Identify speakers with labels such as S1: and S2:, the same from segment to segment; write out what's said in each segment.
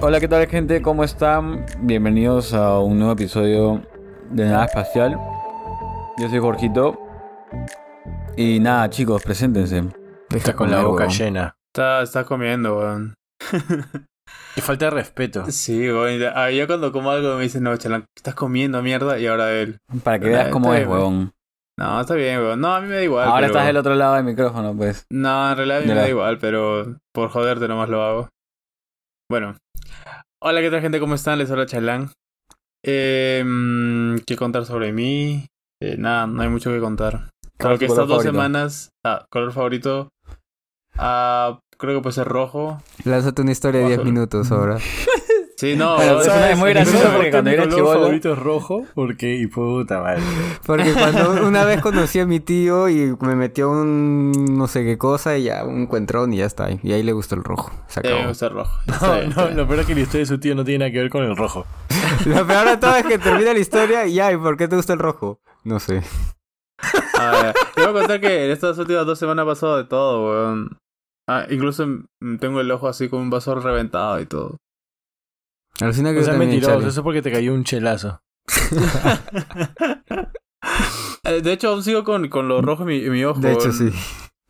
S1: Hola, ¿qué tal gente? ¿Cómo están? Bienvenidos a un nuevo episodio de Nada Espacial. Yo soy Jorgito. Y nada, chicos, preséntense.
S2: Está con la
S1: comer,
S2: boca
S1: weón.
S2: llena.
S3: Está, está comiendo, weón.
S2: Y falta de respeto.
S3: Sí, weón. Ya- ah, ya cuando como algo me dicen, no, chalán, estás comiendo mierda. Y ahora él.
S1: Para que veas
S3: Ah,
S1: cómo
S3: está
S1: es,
S3: bien, weón.
S1: huevón.
S3: No, está bien, weón. No, a mí me da igual.
S1: Ahora
S3: pero-
S1: estás del otro lado del micrófono, pues.
S3: No, en realidad a mí
S1: De
S3: me
S1: la-
S3: da igual, pero por joderte nomás lo hago. Bueno. Hola, ¿qué tal, gente? ¿Cómo están? Les habla Chalán. Eh, mm, ¿Qué contar sobre mí? Eh, nada, no hay mucho que contar.
S1: ¿Cuál es
S3: Creo que
S1: tu
S3: estas
S1: color
S3: dos
S1: favorito?
S3: semanas. Ah, color favorito. Ah, creo que puede ser rojo.
S4: Lánzate una historia de 10
S3: Ojo.
S4: minutos ahora.
S3: Sí, no,
S1: Pero
S3: weón,
S1: eso
S3: ¿sabes?
S1: es muy gracioso porque cuando era
S2: mi color
S1: chibolo-
S2: favorito es rojo porque y puta madre.
S4: Porque cuando una vez conocí a mi tío y me metió un no sé qué cosa y ya un encuentrón y ya está. Y ahí le gustó el rojo. Se
S3: Sí, me
S4: acabó.
S3: gusta el rojo. Está
S2: No, no,
S3: bien, está bien.
S2: Este, lo peor es que la historia de su tío no tiene nada que ver con el rojo.
S4: Lo peor de todo es que termina la historia y ya, ¿y por qué te gusta el rojo? No sé.
S3: Ah, ya. te voy a contar que en estas últimas dos semanas ha pasado de todo, weón. Ah, incluso mm, tengo el ojo así con un vaso reventado y todo.
S4: Alucina que
S2: O
S4: yo
S2: sea,
S4: también,
S2: mentiroso,
S4: Charlie.
S2: eso es porque te cayó un chelazo.
S3: Eh, De hecho, aún sigo con, con lo rojo en mi, en mi ojo.
S4: Mm. De hecho,
S3: weón.
S4: sí.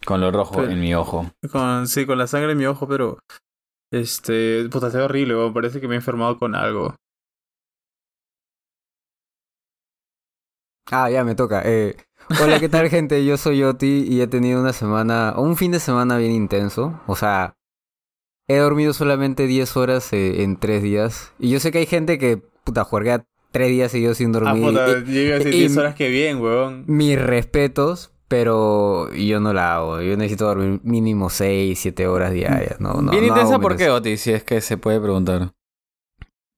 S1: Con lo rojo
S3: Pero-
S1: en mi ojo.
S3: Con, sí, con la sangre en mi ojo, pero... Este... Puta, está horrible, weón. Parece que me he enfermado con algo.
S4: Ah, ya me toca. Eh, hola, ¿qué tal, gente? Yo soy Yoti y he tenido una semana, un fin de semana bien intenso. O sea, he dormido solamente 10 horas eh, en 3 días. Y yo sé que hay gente que, puta, juega 3 días seguidos sin
S3: Ah,
S4: dormir.
S3: puta,
S4: Eh,
S3: llega a
S4: y-
S3: 10 horas que bien, weón.
S4: mis respetos, pero yo no la hago. Yo necesito dormir mínimo 6, 7 horas diarias. No, no,
S1: Bien
S4: no
S1: intensa,
S4: hago
S1: ¿por
S4: menos.
S1: qué, Oti? Si es que se puede preguntar.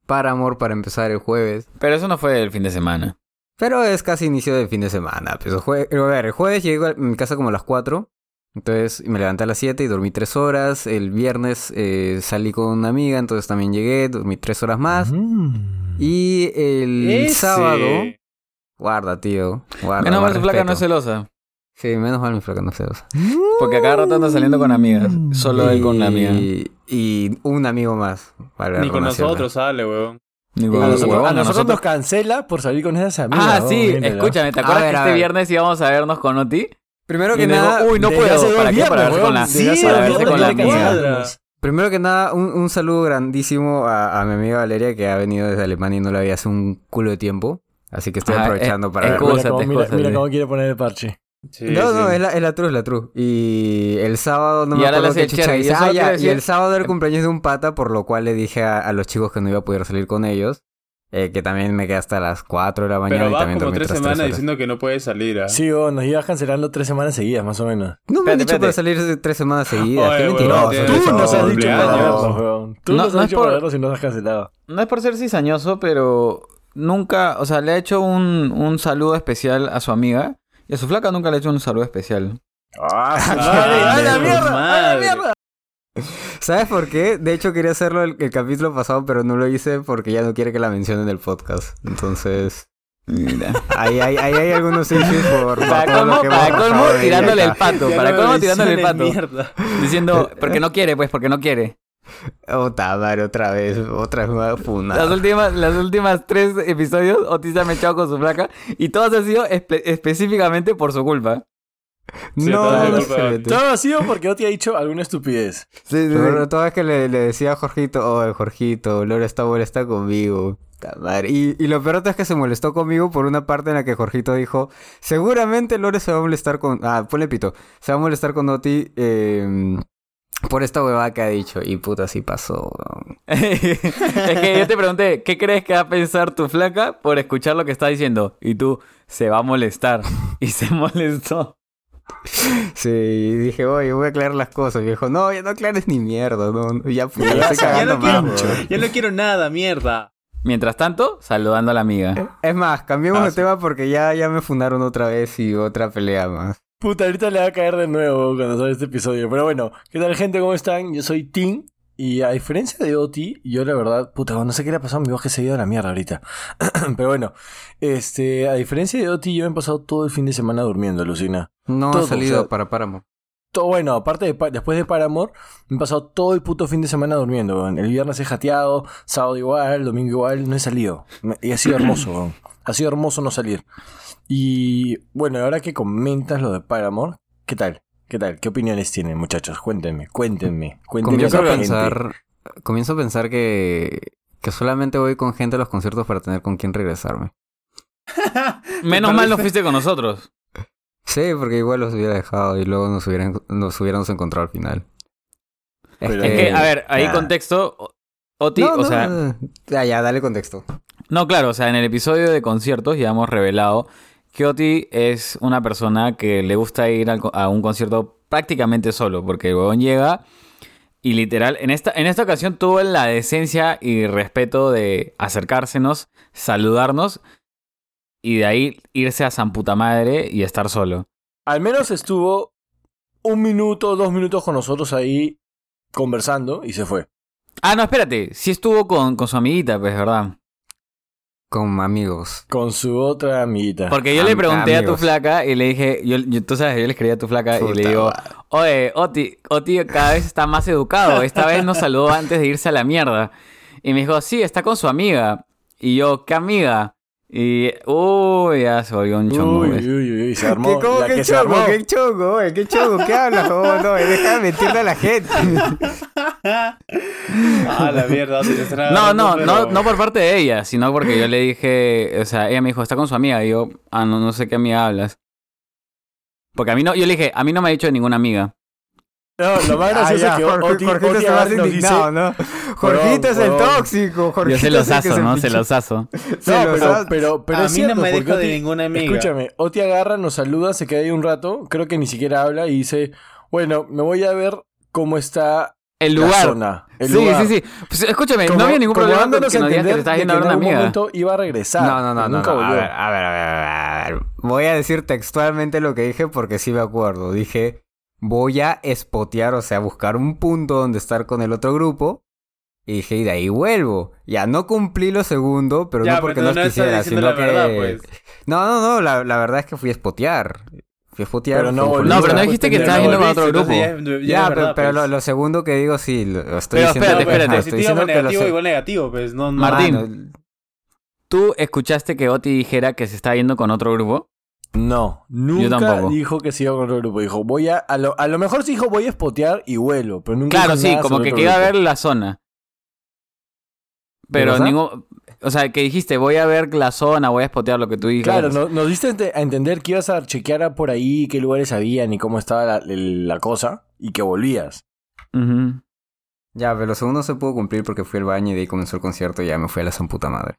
S4: Para amor, para empezar el jueves.
S1: Pero eso no fue el fin de semana.
S4: Pero es casi inicio de fin de semana. Pues, el jue- a ver, el jueves llego a mi casa como a las 4. Entonces me levanté a las 7 y dormí 3 horas. El viernes eh, salí con una amiga, entonces también llegué, dormí 3 horas más.
S2: Mm.
S4: Y el
S3: Ese.
S4: sábado... Guarda, tío. Guarda,
S1: Menos mal
S4: más
S1: su placa no
S4: respeto.
S1: es celosa.
S4: Sí, menos mal mi placa no es celosa.
S1: Porque a cada rato anda saliendo con amigas. Solo él con la amiga.
S4: Y, y un amigo más. para
S3: Ni con
S4: conocerla.
S3: nosotros sale, weón.
S1: Ni con-
S2: A,
S4: Y-
S2: nosotros,
S1: huevón,
S2: a
S1: a
S2: nosotros
S1: nosotros-
S2: nos cancela por salir con esas amigas.
S1: Ah,
S2: weón,
S1: sí,
S2: miéntela.
S1: escúchame, ¿te
S4: A
S1: acuerdas
S4: ver,
S1: que
S4: a
S1: este
S4: ver.
S1: viernes íbamos a vernos con Oti?
S4: Primero que
S1: Y luego,
S4: nada...
S1: uy, no
S2: Desde hace
S1: puedo.
S2: dos
S1: ¿Para qué?
S2: viernes,
S1: Para verse con
S2: weón.
S1: la,
S2: Desde hace
S1: para
S2: dos
S1: verse
S2: viernes
S1: con la
S2: no te
S1: amiga.
S2: cuadras.
S4: Primero que nada, un, un saludo grandísimo a, a mi amiga Valeria que ha venido desde Alemania y no la había hace un culo de tiempo. Así que estoy
S1: Ah,
S4: aprovechando
S1: eh,
S4: para...
S1: eh,
S4: verla.
S1: Excúsate,
S2: Mira cómo- Mira mira
S1: excúsate.
S2: cómo quiere poner el parche.
S3: Sí,
S4: No, no,
S3: sí.
S4: es la, es la true, es la true. Y el sábado no
S1: Y
S4: me
S1: ahora le
S4: acuerdo
S1: hace
S4: qué
S1: el
S4: chucha
S1: cherry.
S4: hice.
S1: Yo solo
S4: Ah,
S1: quiero
S4: ya, y
S1: decir-
S4: el sábado era el cumpleaños de un pata, por lo cual le dije a, a los chicos que no iba a poder salir con ellos. eh, que también me quedé hasta las 4 de la mañana
S3: Pero
S4: y
S3: vas
S4: también
S3: como
S4: dormí
S3: tres
S4: otras tres
S3: semanas
S4: horas.
S3: diciendo que no puedes salir, ¿ah?
S2: Sí, weón, nos ibas cancelando tres semanas seguidas, más o menos.
S4: No me han
S1: Espérate,
S4: dicho para
S1: espérate.
S4: salir 3 semanas seguidas.
S3: Oye,
S4: Qué
S3: huevón,
S4: mentiroso.
S3: tío,
S2: Tú
S4: eres,
S3: Eso,
S2: nos has
S4: huevón.
S2: dicho
S3: cumpleaños.
S2: modernos, weón. Tú
S1: No,
S2: nos
S1: no
S2: has
S1: es
S2: dicho
S1: por-
S2: modernos y nos has cancelado.
S1: No es por ser cizañoso, pero nunca, o sea, le ha hecho un, un saludo especial a su amiga y a su flaca nunca le ha hecho un saludo especial.
S3: Ah,
S2: ¡A la
S3: su
S2: mierda!
S3: madre.
S4: ¿Sabes por qué? De hecho, quería hacerlo el, el capítulo pasado, pero no lo hice porque ya no quiere que la mencionen en el podcast. Entonces,
S1: Mira.
S4: ahí hay, ahí hay algunos issues por, por
S1: Para
S4: todo lo
S1: colmo,
S4: que hemos
S1: para colmo
S4: pasado de
S1: tirándole el
S4: dieta.
S1: pato,
S3: Ya
S1: para
S3: no me
S1: colmo tirándole el pato.
S3: menciones, mierda.
S1: Diciendo, porque no quiere, pues, porque no quiere.
S4: Oh, tamar, otra vez, otra vez me va a funar.
S1: Las últimas, las últimas tres episodios, Otis se ha mechado con su flaca y todos han sido espe- específicamente por su culpa.
S3: Sí,
S4: No,
S3: todas
S4: no
S3: disculpas.
S4: se mete.
S2: Todo ha sido porque Oti ha dicho alguna estupidez.
S4: Pero toda vez que le, le decía a Jorgito, oh, Jorgito, Loro está molesta conmigo. Ta madre. Y, y lo peor es que se molestó conmigo por una parte en la que Jorgito dijo, seguramente Lore se va a molestar con... Ah, ponle pito. Se va a molestar con Oti eh, por esta huevada que ha dicho. Y puta, así pasó. weón.
S1: es que yo te pregunté, ¿qué crees que va a pensar tu flaca por escuchar lo que está diciendo? Y tú, se va a molestar. Y se molestó.
S4: Sí, y dije, oye, voy a aclarar las cosas. Y me dijo, no, ya no aclares ni mierda. No, no, ya, pues, ya
S3: Ya
S4: estoy
S3: no
S4: cagando
S3: quiero-
S4: más, weón".
S3: Yo no quiero nada, mierda.
S1: Mientras tanto, saludando a la amiga.
S4: Es más, cambiemos
S3: Ah,
S4: de
S3: sí.
S4: tema porque ya, ya me fundaron otra vez y otra pelea más.
S2: Puta, ahorita le va a caer de nuevo cuando salga este episodio. Pero bueno, ¿qué tal, gente? ¿Cómo están? Yo soy Tim. Y a diferencia de Oti, yo la verdad, puta, no sé qué le ha pasado a mi voz que se ha ido a la mierda ahorita. Pero bueno, este, a diferencia de Oti, yo me he pasado todo el fin de semana durmiendo, Lucina.
S4: No
S2: Todo,
S4: ha salido
S2: o sea,
S4: para Páramo.
S2: todo, bueno, aparte de Pa- después de Paramore, me he pasado todo el puto fin de semana durmiendo, weón. El viernes he jateado, sábado igual, domingo igual, no he salido. Me- y ha sido hermoso, weón. Ha sido hermoso no salir. Y bueno, ahora que comentas lo de Paramore, ¿qué tal? ¿Qué tal? ¿Qué opiniones tienen, muchachos? Cuéntenme, cuéntenme, cuéntenme.
S4: Comienzo
S2: a
S4: a
S2: la gente.
S4: pensar, comienzo a pensar que, que solamente voy con gente a los conciertos para tener con quién regresarme.
S1: Menos mal no fuiste con nosotros.
S4: Sí, porque igual los hubiera dejado y luego nos hubieran, nos hubiéramos encontrado al final. Este,
S2: Pero-
S1: Es que, a ver, ahí
S2: Ah.
S1: contexto. o- Oti,
S4: No,
S1: o
S4: no,
S1: sea,
S4: no. Ya, ya, dale contexto.
S1: No, claro, o sea, en el episodio de conciertos ya hemos revelado que Oti es una persona que le gusta ir al co- a un concierto prácticamente solo, porque el huevón llega y literal, en esta, en esta ocasión tuvo la decencia y respeto de acercársenos, saludarnos y de ahí irse a San Puta Madre y estar solo.
S2: Al menos estuvo un minuto, dos minutos con nosotros ahí conversando y se fue.
S1: Ah, no, espérate, sí estuvo con, con su amiguita, pues, ¿verdad?
S4: Con amigos.
S2: Con su otra amiguita.
S1: Porque yo
S4: Am-
S1: le pregunté a tu
S4: amigos.
S1: flaca y le dije, yo, yo- tú sabes, yo le escribí a tu flaca y le
S4: Puta
S1: digo,
S4: madre.
S1: Oye, Oti, Oti cada vez está más educado. Esta vez nos saludó antes de irse a la mierda. Y me dijo, sí, está con su amiga. Y yo, ¿qué amiga? Y, uy, ya se volvió un chongo.
S2: Uy,
S1: pues.
S2: uy, uy, uy, se armó.
S4: ¿Qué, cómo,
S2: la
S4: qué
S2: que se
S4: chongo?
S2: armó.
S4: ¿Qué chongo? oye? ¿Qué chongo? ¿Qué hablas? huevón? no, eh, deja de mentirle a la gente.
S3: ah, la mierda. te estará
S1: No,
S3: dando,
S1: no, no,
S3: pero-
S1: no por parte de ella, sino porque yo le dije, o sea, ella me dijo, está con su amiga. Y yo, ah, no, no sé qué amiga hablas. Porque a mí no, yo le dije, a mí no me ha dicho ninguna amiga.
S2: No, lo más gracioso
S4: Ah, ya,
S2: es que
S4: Jorge-
S2: Oti,
S4: Jorgito
S2: Oti
S4: está más
S2: ahora nos dice...
S4: indignado, ¿no? Jorgito es el
S2: huevón.
S4: tóxico. Jorgito
S1: Yo se
S4: es
S1: los
S4: el que
S1: aso, ¿no? Se
S4: pinche-
S1: los aso.
S4: se
S2: No,
S4: los
S2: pero,
S4: hace.
S2: pero, pero
S3: a
S2: es
S3: mí
S2: cierto,
S3: no me
S2: porque
S3: dijo de
S2: Oti-
S3: ninguna amiga.
S2: Escúchame, Oti agarra, nos saluda, se queda ahí un rato, creo que ni siquiera habla y dice, bueno, me voy a ver cómo está
S1: El
S2: la
S1: lugar.
S2: zona. El
S1: sí,
S2: lugar.
S1: sí, sí. Pues, escúchame,
S2: Como-
S1: no había ningún
S2: como
S1: problema con
S2: dándonos
S1: que
S2: a
S1: nos digas que
S2: entender
S1: te estás
S2: de
S1: yendo a
S2: que
S1: ver una
S2: en algún
S1: amiga.
S2: momento iba a regresar.
S4: No, no, no,
S2: pero
S4: no.
S2: Nunca
S4: no. A,
S2: volvió.
S4: ver, a ver, a ver, a ver, a ver. Voy a decir textualmente lo que dije porque sí me acuerdo. Dije, voy a espotear, o sea, buscar un punto donde estar con el otro grupo. Y dije, y de ahí vuelvo. Ya no cumplí lo segundo, pero
S3: Ya,
S4: no porque
S3: pero
S4: no,
S3: no estás
S4: quisiera,
S3: diciendo
S4: sino
S3: la
S4: que.
S3: verdad, pues.
S4: No, no, no, la, la verdad es que fui a espotear. Fui a espotear.
S2: Pero no
S4: fui-
S2: volviste.
S1: No, pero no
S2: Pues,
S1: dijiste que
S2: pero
S1: estabas
S2: no
S1: yendo con
S3: volviste,
S1: otro grupo.
S3: entonces ya- ya
S4: Ya,
S3: es
S4: pero,
S3: verdad,
S4: pero
S3: pues.
S4: lo, lo segundo que digo, sí, lo lo estoy
S1: Pero
S4: diciendo.
S1: espérate,
S3: No, pero
S1: espérate.
S4: Ajá, estoy
S3: Positivo,
S4: diciendo que lo
S3: negativo,
S4: se-
S3: igual negativo, pues. No, no.
S1: Mar- Martín.
S4: Mano,
S1: ¿Tú escuchaste que Oti dijera que se está yendo con otro grupo?
S2: No, nunca
S1: tampoco.
S2: dijo que se iba con otro grupo. Dijo, voy a. A lo, a lo mejor sí dijo, voy a espotear y vuelo. Pero nunca
S1: Claro,
S2: dijo
S1: sí,
S2: nada
S1: como
S2: sobre
S1: que,
S2: otro
S1: que iba a
S2: grupo.
S1: ver la zona. Pero
S4: ¿Verdad?
S1: ningún... O sea, que dijiste, voy a ver la zona, voy a espotear lo que tú dijiste.
S2: Claro, no- nos diste ente- a entender que ibas a chequear a por ahí qué lugares habían y cómo estaba la, el- la cosa y que volvías.
S1: Ujú.
S4: Ya, pero lo segundo se pudo cumplir porque fui al baño y de ahí comenzó el concierto y ya me fui a la san puta madre.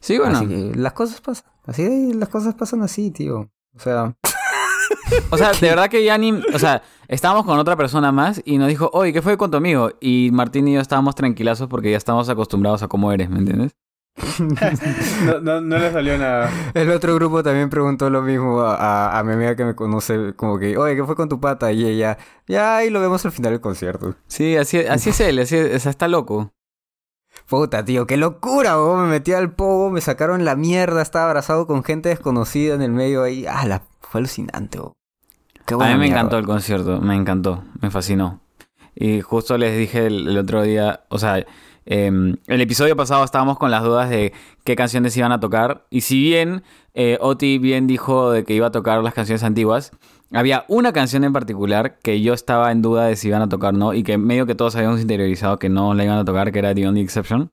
S1: Sí, bueno.
S4: Así que las cosas pasan. Así de ahí, las cosas pasan así, tío. O sea,
S1: O sea, de verdad que ya ni... O sea, estábamos con otra persona más y nos dijo, oye, ¿qué fue con tu amigo? Y Martín y yo estábamos tranquilazos porque ya estamos acostumbrados a cómo eres, ¿me entiendes?
S3: No, no, no le salió nada.
S4: el otro grupo también preguntó lo mismo a, a- a mi amiga que me conoce, como que, oye, ¿qué fue con tu pata? Y ella, ya, y lo vemos al final del concierto.
S1: Sí, así, así es él, así es- o sea, está loco.
S4: Puta, tío, qué locura, bo. me metí al pogo, me sacaron la mierda, estaba abrazado con gente desconocida en el medio ahí. Ah, la, fue alucinante, bo. Qué
S1: a
S4: buena
S1: mí me
S4: mierda.
S1: encantó el concierto, me encantó, me fascinó. Y justo les dije el, el otro día, o sea, em, el episodio pasado estábamos con las dudas de qué canciones iban a tocar. Y si bien eh, Oti bien dijo de que iba a tocar las canciones antiguas, había una canción en particular que yo estaba en duda de si iban a tocar o no, y que medio que todos habíamos interiorizado que no la iban a tocar, que era The Only Exception.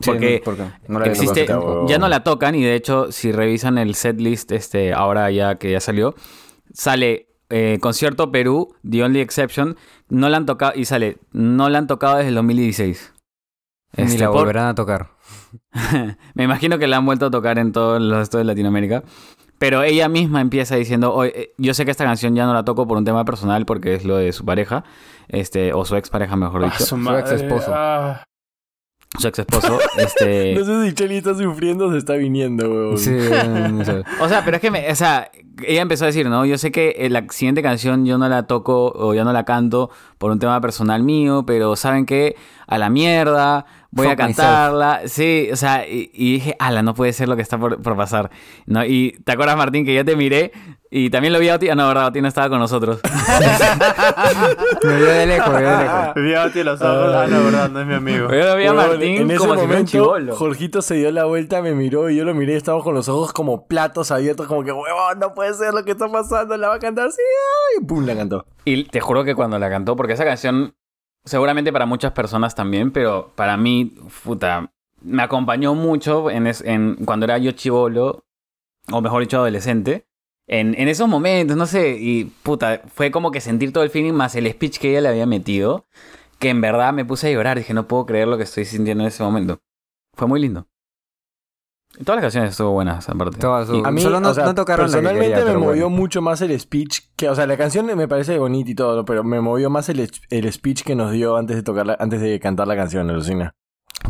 S4: Sí,
S1: Porque
S4: no, no la había
S1: existe,
S4: tocado tampoco.
S1: ya no la tocan y de hecho si revisan el setlist este ahora ya que ya salió sale eh, concierto Perú The Only Exception no la han tocado y sale no la han tocado desde el 2016
S4: Ni
S1: Este,
S4: la
S1: por-
S4: volverán a tocar.
S1: me imagino que la han vuelto a tocar en todos los estados de Latinoamérica pero ella misma empieza diciendo "Oye, eh, yo sé que esta canción ya no la toco por un tema personal porque es lo de su pareja este o su expareja mejor
S3: Ah,
S1: dicho
S3: su madre,
S4: exesposo.
S3: ah.
S1: su ex esposo este
S2: No sé si Cheli está sufriendo o se está viniendo, weón.
S4: Eh. Sí, no sé.
S1: O sea, pero es que, me- o sea, ella empezó a decir, ¿no? Yo sé que eh, la siguiente canción yo no la toco o yo no la canto por un tema personal mío, pero ¿saben qué? A la mierda, voy a
S4: Fuck myself.
S1: cantarla. Sí, o sea, y, y dije, ala, no puede ser lo que está por, por pasar. ¿No? Y te acuerdas, Martín, que yo te miré y también lo vi a Oti. Ah, no, verdad, Oti no estaba con nosotros.
S4: Me vio de lejos, me vio de lejos.
S3: Vio a ti los ojos. Ah, no, verdad, no es mi amigo.
S1: Yo lo vi a
S2: Huevón,
S1: Martín
S2: en ese
S1: como si fuera un
S2: momento,
S1: chivolo.
S2: Jorgito se dio la vuelta, me miró y yo lo miré y estábamos con los ojos como platos abiertos, como que, huevón, no puede ser lo que está pasando, la va a cantar, sí, ay", y pum, la cantó.
S1: Y te juro que cuando la cantó, porque esa canción, seguramente para muchas personas también, pero para mí, puta, me acompañó mucho en, es- en cuando era yo chivolo, o mejor dicho, adolescente. En, en esos momentos, no sé, y puta, fue como que sentir todo el feeling más el speech que ella le había metido, que en verdad me puse a llorar, dije, no puedo creer lo que estoy sintiendo en ese momento. Fue muy lindo. Y Todas las canciones estuvo buenas, aparte.
S4: Todas
S1: Y-
S4: su- Solo no-
S2: o sea,
S4: no tocaron la que
S2: personalmente
S4: quería,
S2: me
S4: pero
S2: movió
S4: bueno.
S2: mucho más el speech que, o sea, la canción me parece bonita y todo, pero me movió más el, es- el speech que nos dio antes de tocar, la- antes de cantar la canción, Lucina.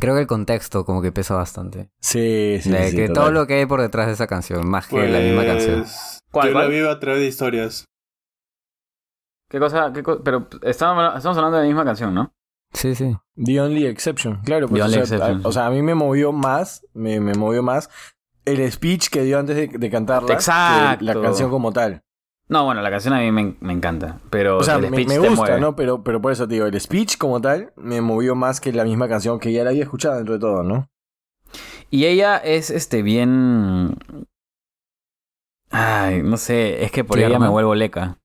S4: Creo que el contexto como que pesa bastante.
S2: Sí, sí,
S4: De
S2: sí,
S4: que
S2: total.
S4: todo lo que hay por detrás de esa canción, más que la misma canción.
S3: Pues,
S1: ¿Cuál,
S3: yo la
S1: cuál?
S3: vivo a través de historias.
S1: ¿Qué cosa? qué co- pero estamos, estamos hablando de la misma canción, ¿no?
S4: Sí, sí.
S2: The Only Exception, claro. Pues,
S1: The
S2: o,
S1: Only
S2: sea,
S1: Exception,
S2: a-
S1: sí.
S2: o sea, a mí me movió más, me, me movió más el speech que dio antes de, de cantarla. que La
S1: Exacto.
S2: canción como tal.
S1: No, bueno, la canción a mí me, me encanta, pero
S2: O sea,
S1: el
S2: me,
S1: speech
S2: me
S1: te
S2: gusta,
S1: mueve.
S2: ¿no? Pero, pero por eso te digo, el speech como tal me movió más que la misma canción que ya la había escuchado dentro de todo, ¿no?
S1: Y ella es este bien Ay, no sé, es que por ella
S4: Tierna.
S1: me vuelvo leca.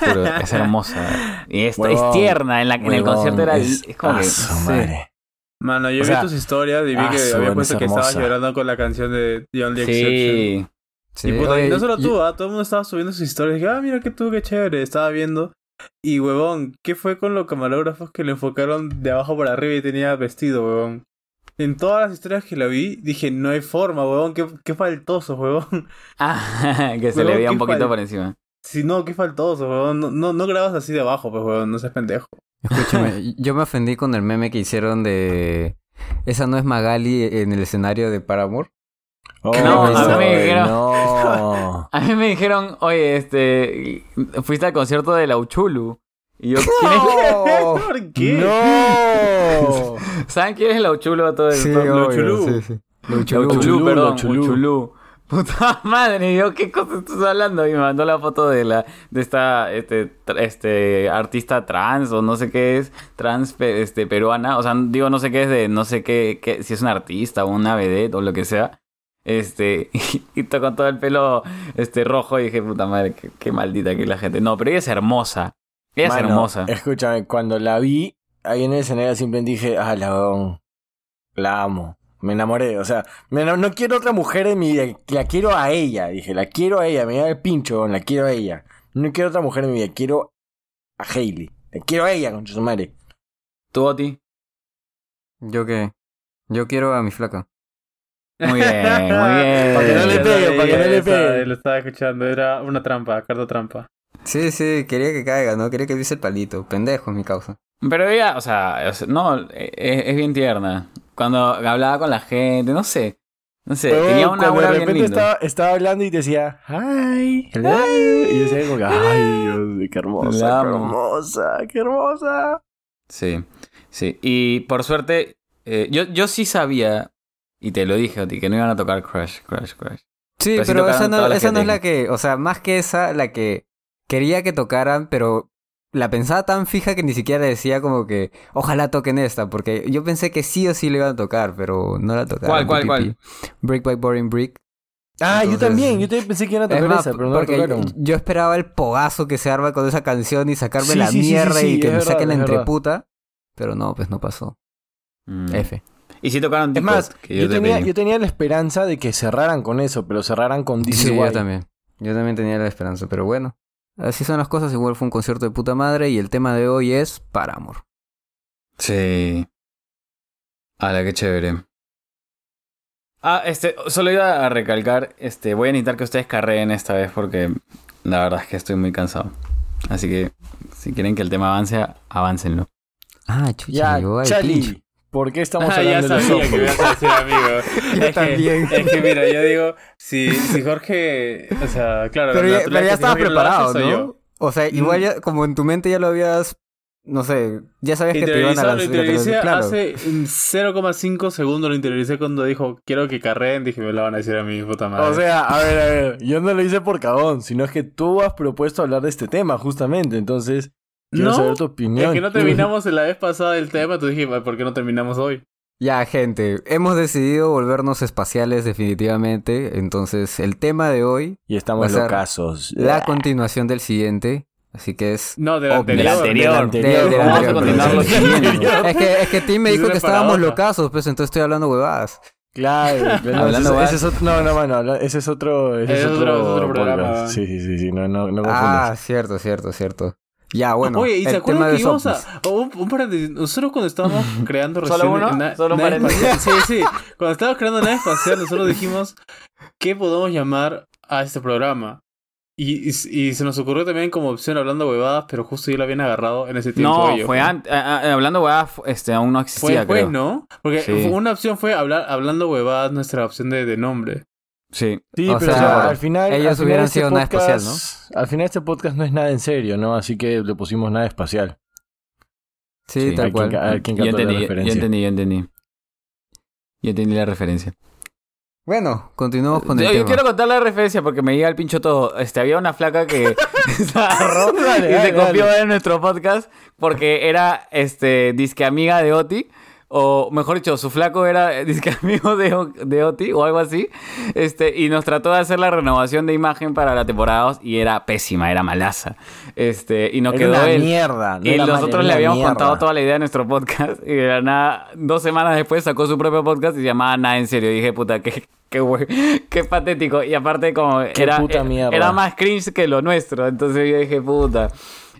S1: Pero es hermosa. Y es,
S2: Huevón,
S1: es tierna. En, la, en el
S2: Huevón,
S1: concierto era.
S2: es-
S1: Es, como
S2: ah,
S1: que.
S2: su
S1: no sé.
S2: madre.
S3: Mano, yo
S2: O
S3: vi
S2: sea,
S3: tus historias y vi
S2: ah,
S3: que
S2: su,
S3: había
S2: bueno,
S3: puesto
S2: es
S3: que estabas
S2: hermosa.
S3: llorando con la canción de The Only Exception.
S1: Sí.
S4: Sí,
S3: y puta,
S4: oye,
S3: y no solo
S4: y-
S3: tú, ah, todo el mundo estaba subiendo sus historias. Dije, ah, mira que tú, qué chévere, estaba viendo. Y huevón, ¿qué fue con los camarógrafos que le enfocaron de abajo para arriba y tenía vestido, huevón? En todas las historias que la vi, dije, no hay forma, huevón, qué, qué faltoso, huevón.
S1: Ah, que se
S3: Huevón,
S1: le veía un
S3: qué
S1: poquito
S3: fal-
S1: por encima.
S3: Si no, qué faltoso, huevón. No, no, no grabas así de abajo, pues, huevón, no seas pendejo.
S4: Escúchame, yo me ofendí con el meme que hicieron de... Esa no es Magali en el escenario de Paramore.
S2: Oh,
S1: No,
S2: esa,
S1: a mí me
S2: güey,
S1: dijeron-
S2: No.
S1: A mí me dijeron, oye, este. Fuiste al concierto de Lauchulu. Y yo, ¿quién es?
S2: Oh,
S3: ¿Por qué?
S2: ¡No!
S1: ¿Saben quién es Lauchulu a todo el
S4: Sí,
S1: todo-
S4: obvio,
S3: Luchulú.
S4: sí, sí.
S1: Chulú,
S4: Luchulú.
S2: Chulú,
S1: perdón,
S2: Chulú.
S1: Chulú. Puta madre, yo, ¿qué cosa estás hablando? Y me mandó la foto de la de esta este, tra- este artista trans o no sé qué es, trans pe- este peruana, o sea, digo no sé qué es de no sé qué, qué- si es una artista o una vedette o lo que sea. Este, y, to- con todo el pelo este rojo y dije, puta madre, qué, qué maldita que la gente. No, pero ella es hermosa. Ella es
S2: Mano, eh.
S1: hermosa.
S2: Escúchame, cuando la vi ahí en el escenario simplemente dije, ah, la huevón, la amo. Me enamoré, o sea, me ena- no quiero otra mujer en mi vida, la quiero a ella, dije, la quiero a ella, me da el pincho, huevón, la quiero a ella. No quiero otra mujer en mi vida, quiero a Hailey. La quiero a ella, con su madre.
S1: ¿Tú, Oti?
S4: ¿Yo qué? Yo quiero a mi flaca.
S1: Muy bien, muy bien.
S2: Para que no le
S3: Ya
S2: pegue,
S3: sabía,
S2: para que no le
S3: ya sabía,
S2: pegue.
S3: eh, Lo estaba escuchando, era una trampa, carta trampa.
S4: Sí, sí, quería que caiga, ¿no? Quería que viese el palito. Pendejo es mi causa.
S1: Pero ella, o sea, o sea, no, e- e- es, bien tierna. Cuando hablaba con la gente, no sé. No sé,
S2: Huevón,
S1: tenía una
S2: cuando
S1: aura
S2: de
S1: bien
S2: repente
S1: linda.
S2: estaba, estaba hablando y te decía, hi, hello", Y yo decía como que, ay, Dios, qué
S1: La
S2: hermosa, qué
S1: amo.
S2: hermosa, qué hermosa.
S1: Sí, sí. Y por suerte, eh, yo, yo sí sabía, y te lo dije a ti, que no iban a tocar Crash, Crash, Crash.
S4: Sí,
S1: Pero
S4: pero,
S1: sí tocaron
S4: esa, no,
S1: todas las
S4: esa
S1: que
S4: no es
S1: tengo.
S4: la que... O sea, más que esa, la que quería que tocaran, pero la pensaba tan fija que ni siquiera le decía como que ojalá toquen esta, porque yo pensé que sí o sí le iban a tocar, pero no la
S1: ¿Cuál,
S4: tocaron.
S1: cuál,
S4: pipi.
S1: cuál?
S4: Break by Boring Brick.
S2: Ah, yo
S4: Entonces-
S2: también, yo también pensé que iban a
S4: Es
S2: tocar
S4: más,
S2: esa, pero no la
S4: porque
S2: tocaron.
S4: yo- yo esperaba el pogazo que se arma con esa canción y sacarme
S2: Sí,
S4: la
S2: sí, sí, sí,
S4: mierda
S2: sí,
S4: y que
S2: es
S4: me
S2: verdad,
S4: saquen la
S2: es verdad.
S4: entreputa. Pero no, pues no pasó.
S1: Mm.
S4: F.
S1: Y sí tocaron
S2: Es
S1: Dicot,
S2: más,
S1: que
S2: yo,
S1: te
S2: tenía,
S1: pedí.
S2: yo tenía la esperanza de que cerraran con eso, pero cerraran con This Is
S4: Sí,
S2: Why.
S4: yo también. Yo también tenía la esperanza, pero bueno. Así son las cosas. Igual fue un concierto de puta madre y el tema de hoy es para amor.
S1: Sí. Ala, qué chévere. Ah, este, solo iba a recalcar, este, voy a necesitar que ustedes carreen esta vez porque la verdad es que estoy muy cansado. Así que si quieren que el tema avance, aváncenlo.
S4: Ah, chucha,
S2: Ya,
S4: llegó al pinche.
S2: Chali, ¿por qué estamos
S3: Ah, ya
S2: hablando de los
S3: sabía que
S2: ojos?
S3: ibas a decir amigo.
S4: Yo
S3: Es que-
S4: también.
S3: es que mira, yo digo, si, si Jorge, o sea, claro,
S4: Pero
S3: lo
S4: ya,
S3: natural
S4: pero
S3: es
S4: ya
S3: que si
S4: estabas
S3: Jorge lo hace,
S4: preparado,
S3: soy
S4: ¿no?
S3: yo.
S4: O sea, igual
S3: Mm.
S4: ya, como en tu mente ya lo habías no sé, ya sabías que te iban a
S3: Interiorizado,
S4: lanzar.
S3: lo
S4: que te-
S3: interioricé
S4: claro.
S3: hace mm, 0,5 segundos. Lo interioricé cuando dijo, quiero que carreen. Dije, me lo van a decir a mi puta madre.
S2: O sea, a ver, a ver, yo no lo hice por cabón, sino es que tú has propuesto hablar de este tema, justamente, entonces quiero
S3: No,
S2: saber tu opinión.
S3: es que no terminamos la vez pasada del tema. Tú dije, ¿por qué no terminamos hoy?
S4: Ya, gente, hemos decidido volvernos espaciales definitivamente. Entonces, el tema de hoy,
S2: Y estamos
S4: Va a ser
S2: locazos.
S4: la continuación del siguiente. Así que es.
S3: No, del
S4: Obvio.
S3: anterior.
S1: Del anterior.
S2: anterior,
S4: del
S1: vamos a
S4: anterior,
S1: continuar
S4: perdón.
S1: lo siguiente.
S4: Es que, es que Tim me
S3: Es
S4: dijo
S3: una
S4: que estábamos
S3: paradoja.
S4: locazos, pues entonces estoy hablando huevadas.
S2: Claro, pero no,
S4: Hablando
S2: ese, es-
S4: mal.
S2: ese es otro, no, no, mano, habla- ese es otro, ese es
S3: Es
S2: otro,
S3: otro- es otro programa,
S2: podcast.
S3: man.
S2: Sí, sí, sí, sí, no, no, no
S4: Ah,
S2: confundas.
S4: cierto, cierto, cierto. Ya, bueno.
S3: Oye, ¿y se
S4: el tema
S3: acuerdan
S4: de pues.
S3: que íbamos
S4: ovnis.
S3: a. Un, un paréntesis. Nosotros cuando estábamos creando
S1: ¿Solo
S3: recién.
S1: uno? ¿Solo un
S3: nave
S1: paréntesis?
S3: espacial- Sí, sí. Cuando estábamos creando nave espacial, nosotros dijimos. ¿Qué podemos llamar a este programa? Y, y, y se nos ocurrió también como opción hablando huevadas, pero justo yo la habían agarrado en ese tiempo.
S1: No,
S3: ellos.
S1: fue antes. Hablando huevadas, fu- este, aún no
S3: Fue
S1: existía,
S3: después,
S1: creo.
S3: ¿no? Porque
S1: Sí.
S3: una opción fue hablar hablando huevadas, nuestra opción de, de nombre.
S1: Sí.
S2: Sí,
S4: o
S2: pero
S4: sea,
S2: o sea, al final.
S4: ellos
S2: al final
S4: hubieran
S2: este
S4: sido nada espacial,
S2: podcast- Al final este podcast no es nada en serio, ¿no? Así que le pusimos nada espacial.
S4: Sí,
S2: Sí,
S4: tal
S2: hay
S4: cual.
S2: quien ca- hay quien
S1: Yo
S2: captó la
S1: entendí, yo
S2: referencia.
S1: entendí, yo entendí. Yo entendí la referencia.
S4: Bueno, continuamos con
S1: Yo,
S4: el
S1: yo
S4: tema.
S1: quiero contar la referencia porque me llega el pincho todo. Este, había una flaca que se agarró
S2: Dale,
S1: y
S2: dale,
S1: se copió
S2: dale.
S1: de nuestro podcast porque era este disque amiga de Oti. O mejor dicho, su flaco era eh, disque amigo de, O- de Oti o algo así. Este, y nos trató de hacer la renovación de imagen para la temporada 2 y era pésima, era malaza. Este, y nos
S2: Era
S1: quedó
S2: una
S1: él.
S2: mierda. no
S1: Y
S2: era mala,
S1: nosotros
S2: era
S1: le
S2: una
S1: habíamos
S2: mierda.
S1: contado toda la idea de nuestro podcast y de la nada, dos semanas después sacó su propio podcast y se llamaba Nada en Serio. Y dije, puta, qué, qué, hue- qué patético. Y aparte como era,
S2: puta
S1: eh,
S2: mierda.
S1: era más cringe que lo nuestro. Entonces yo dije, puta,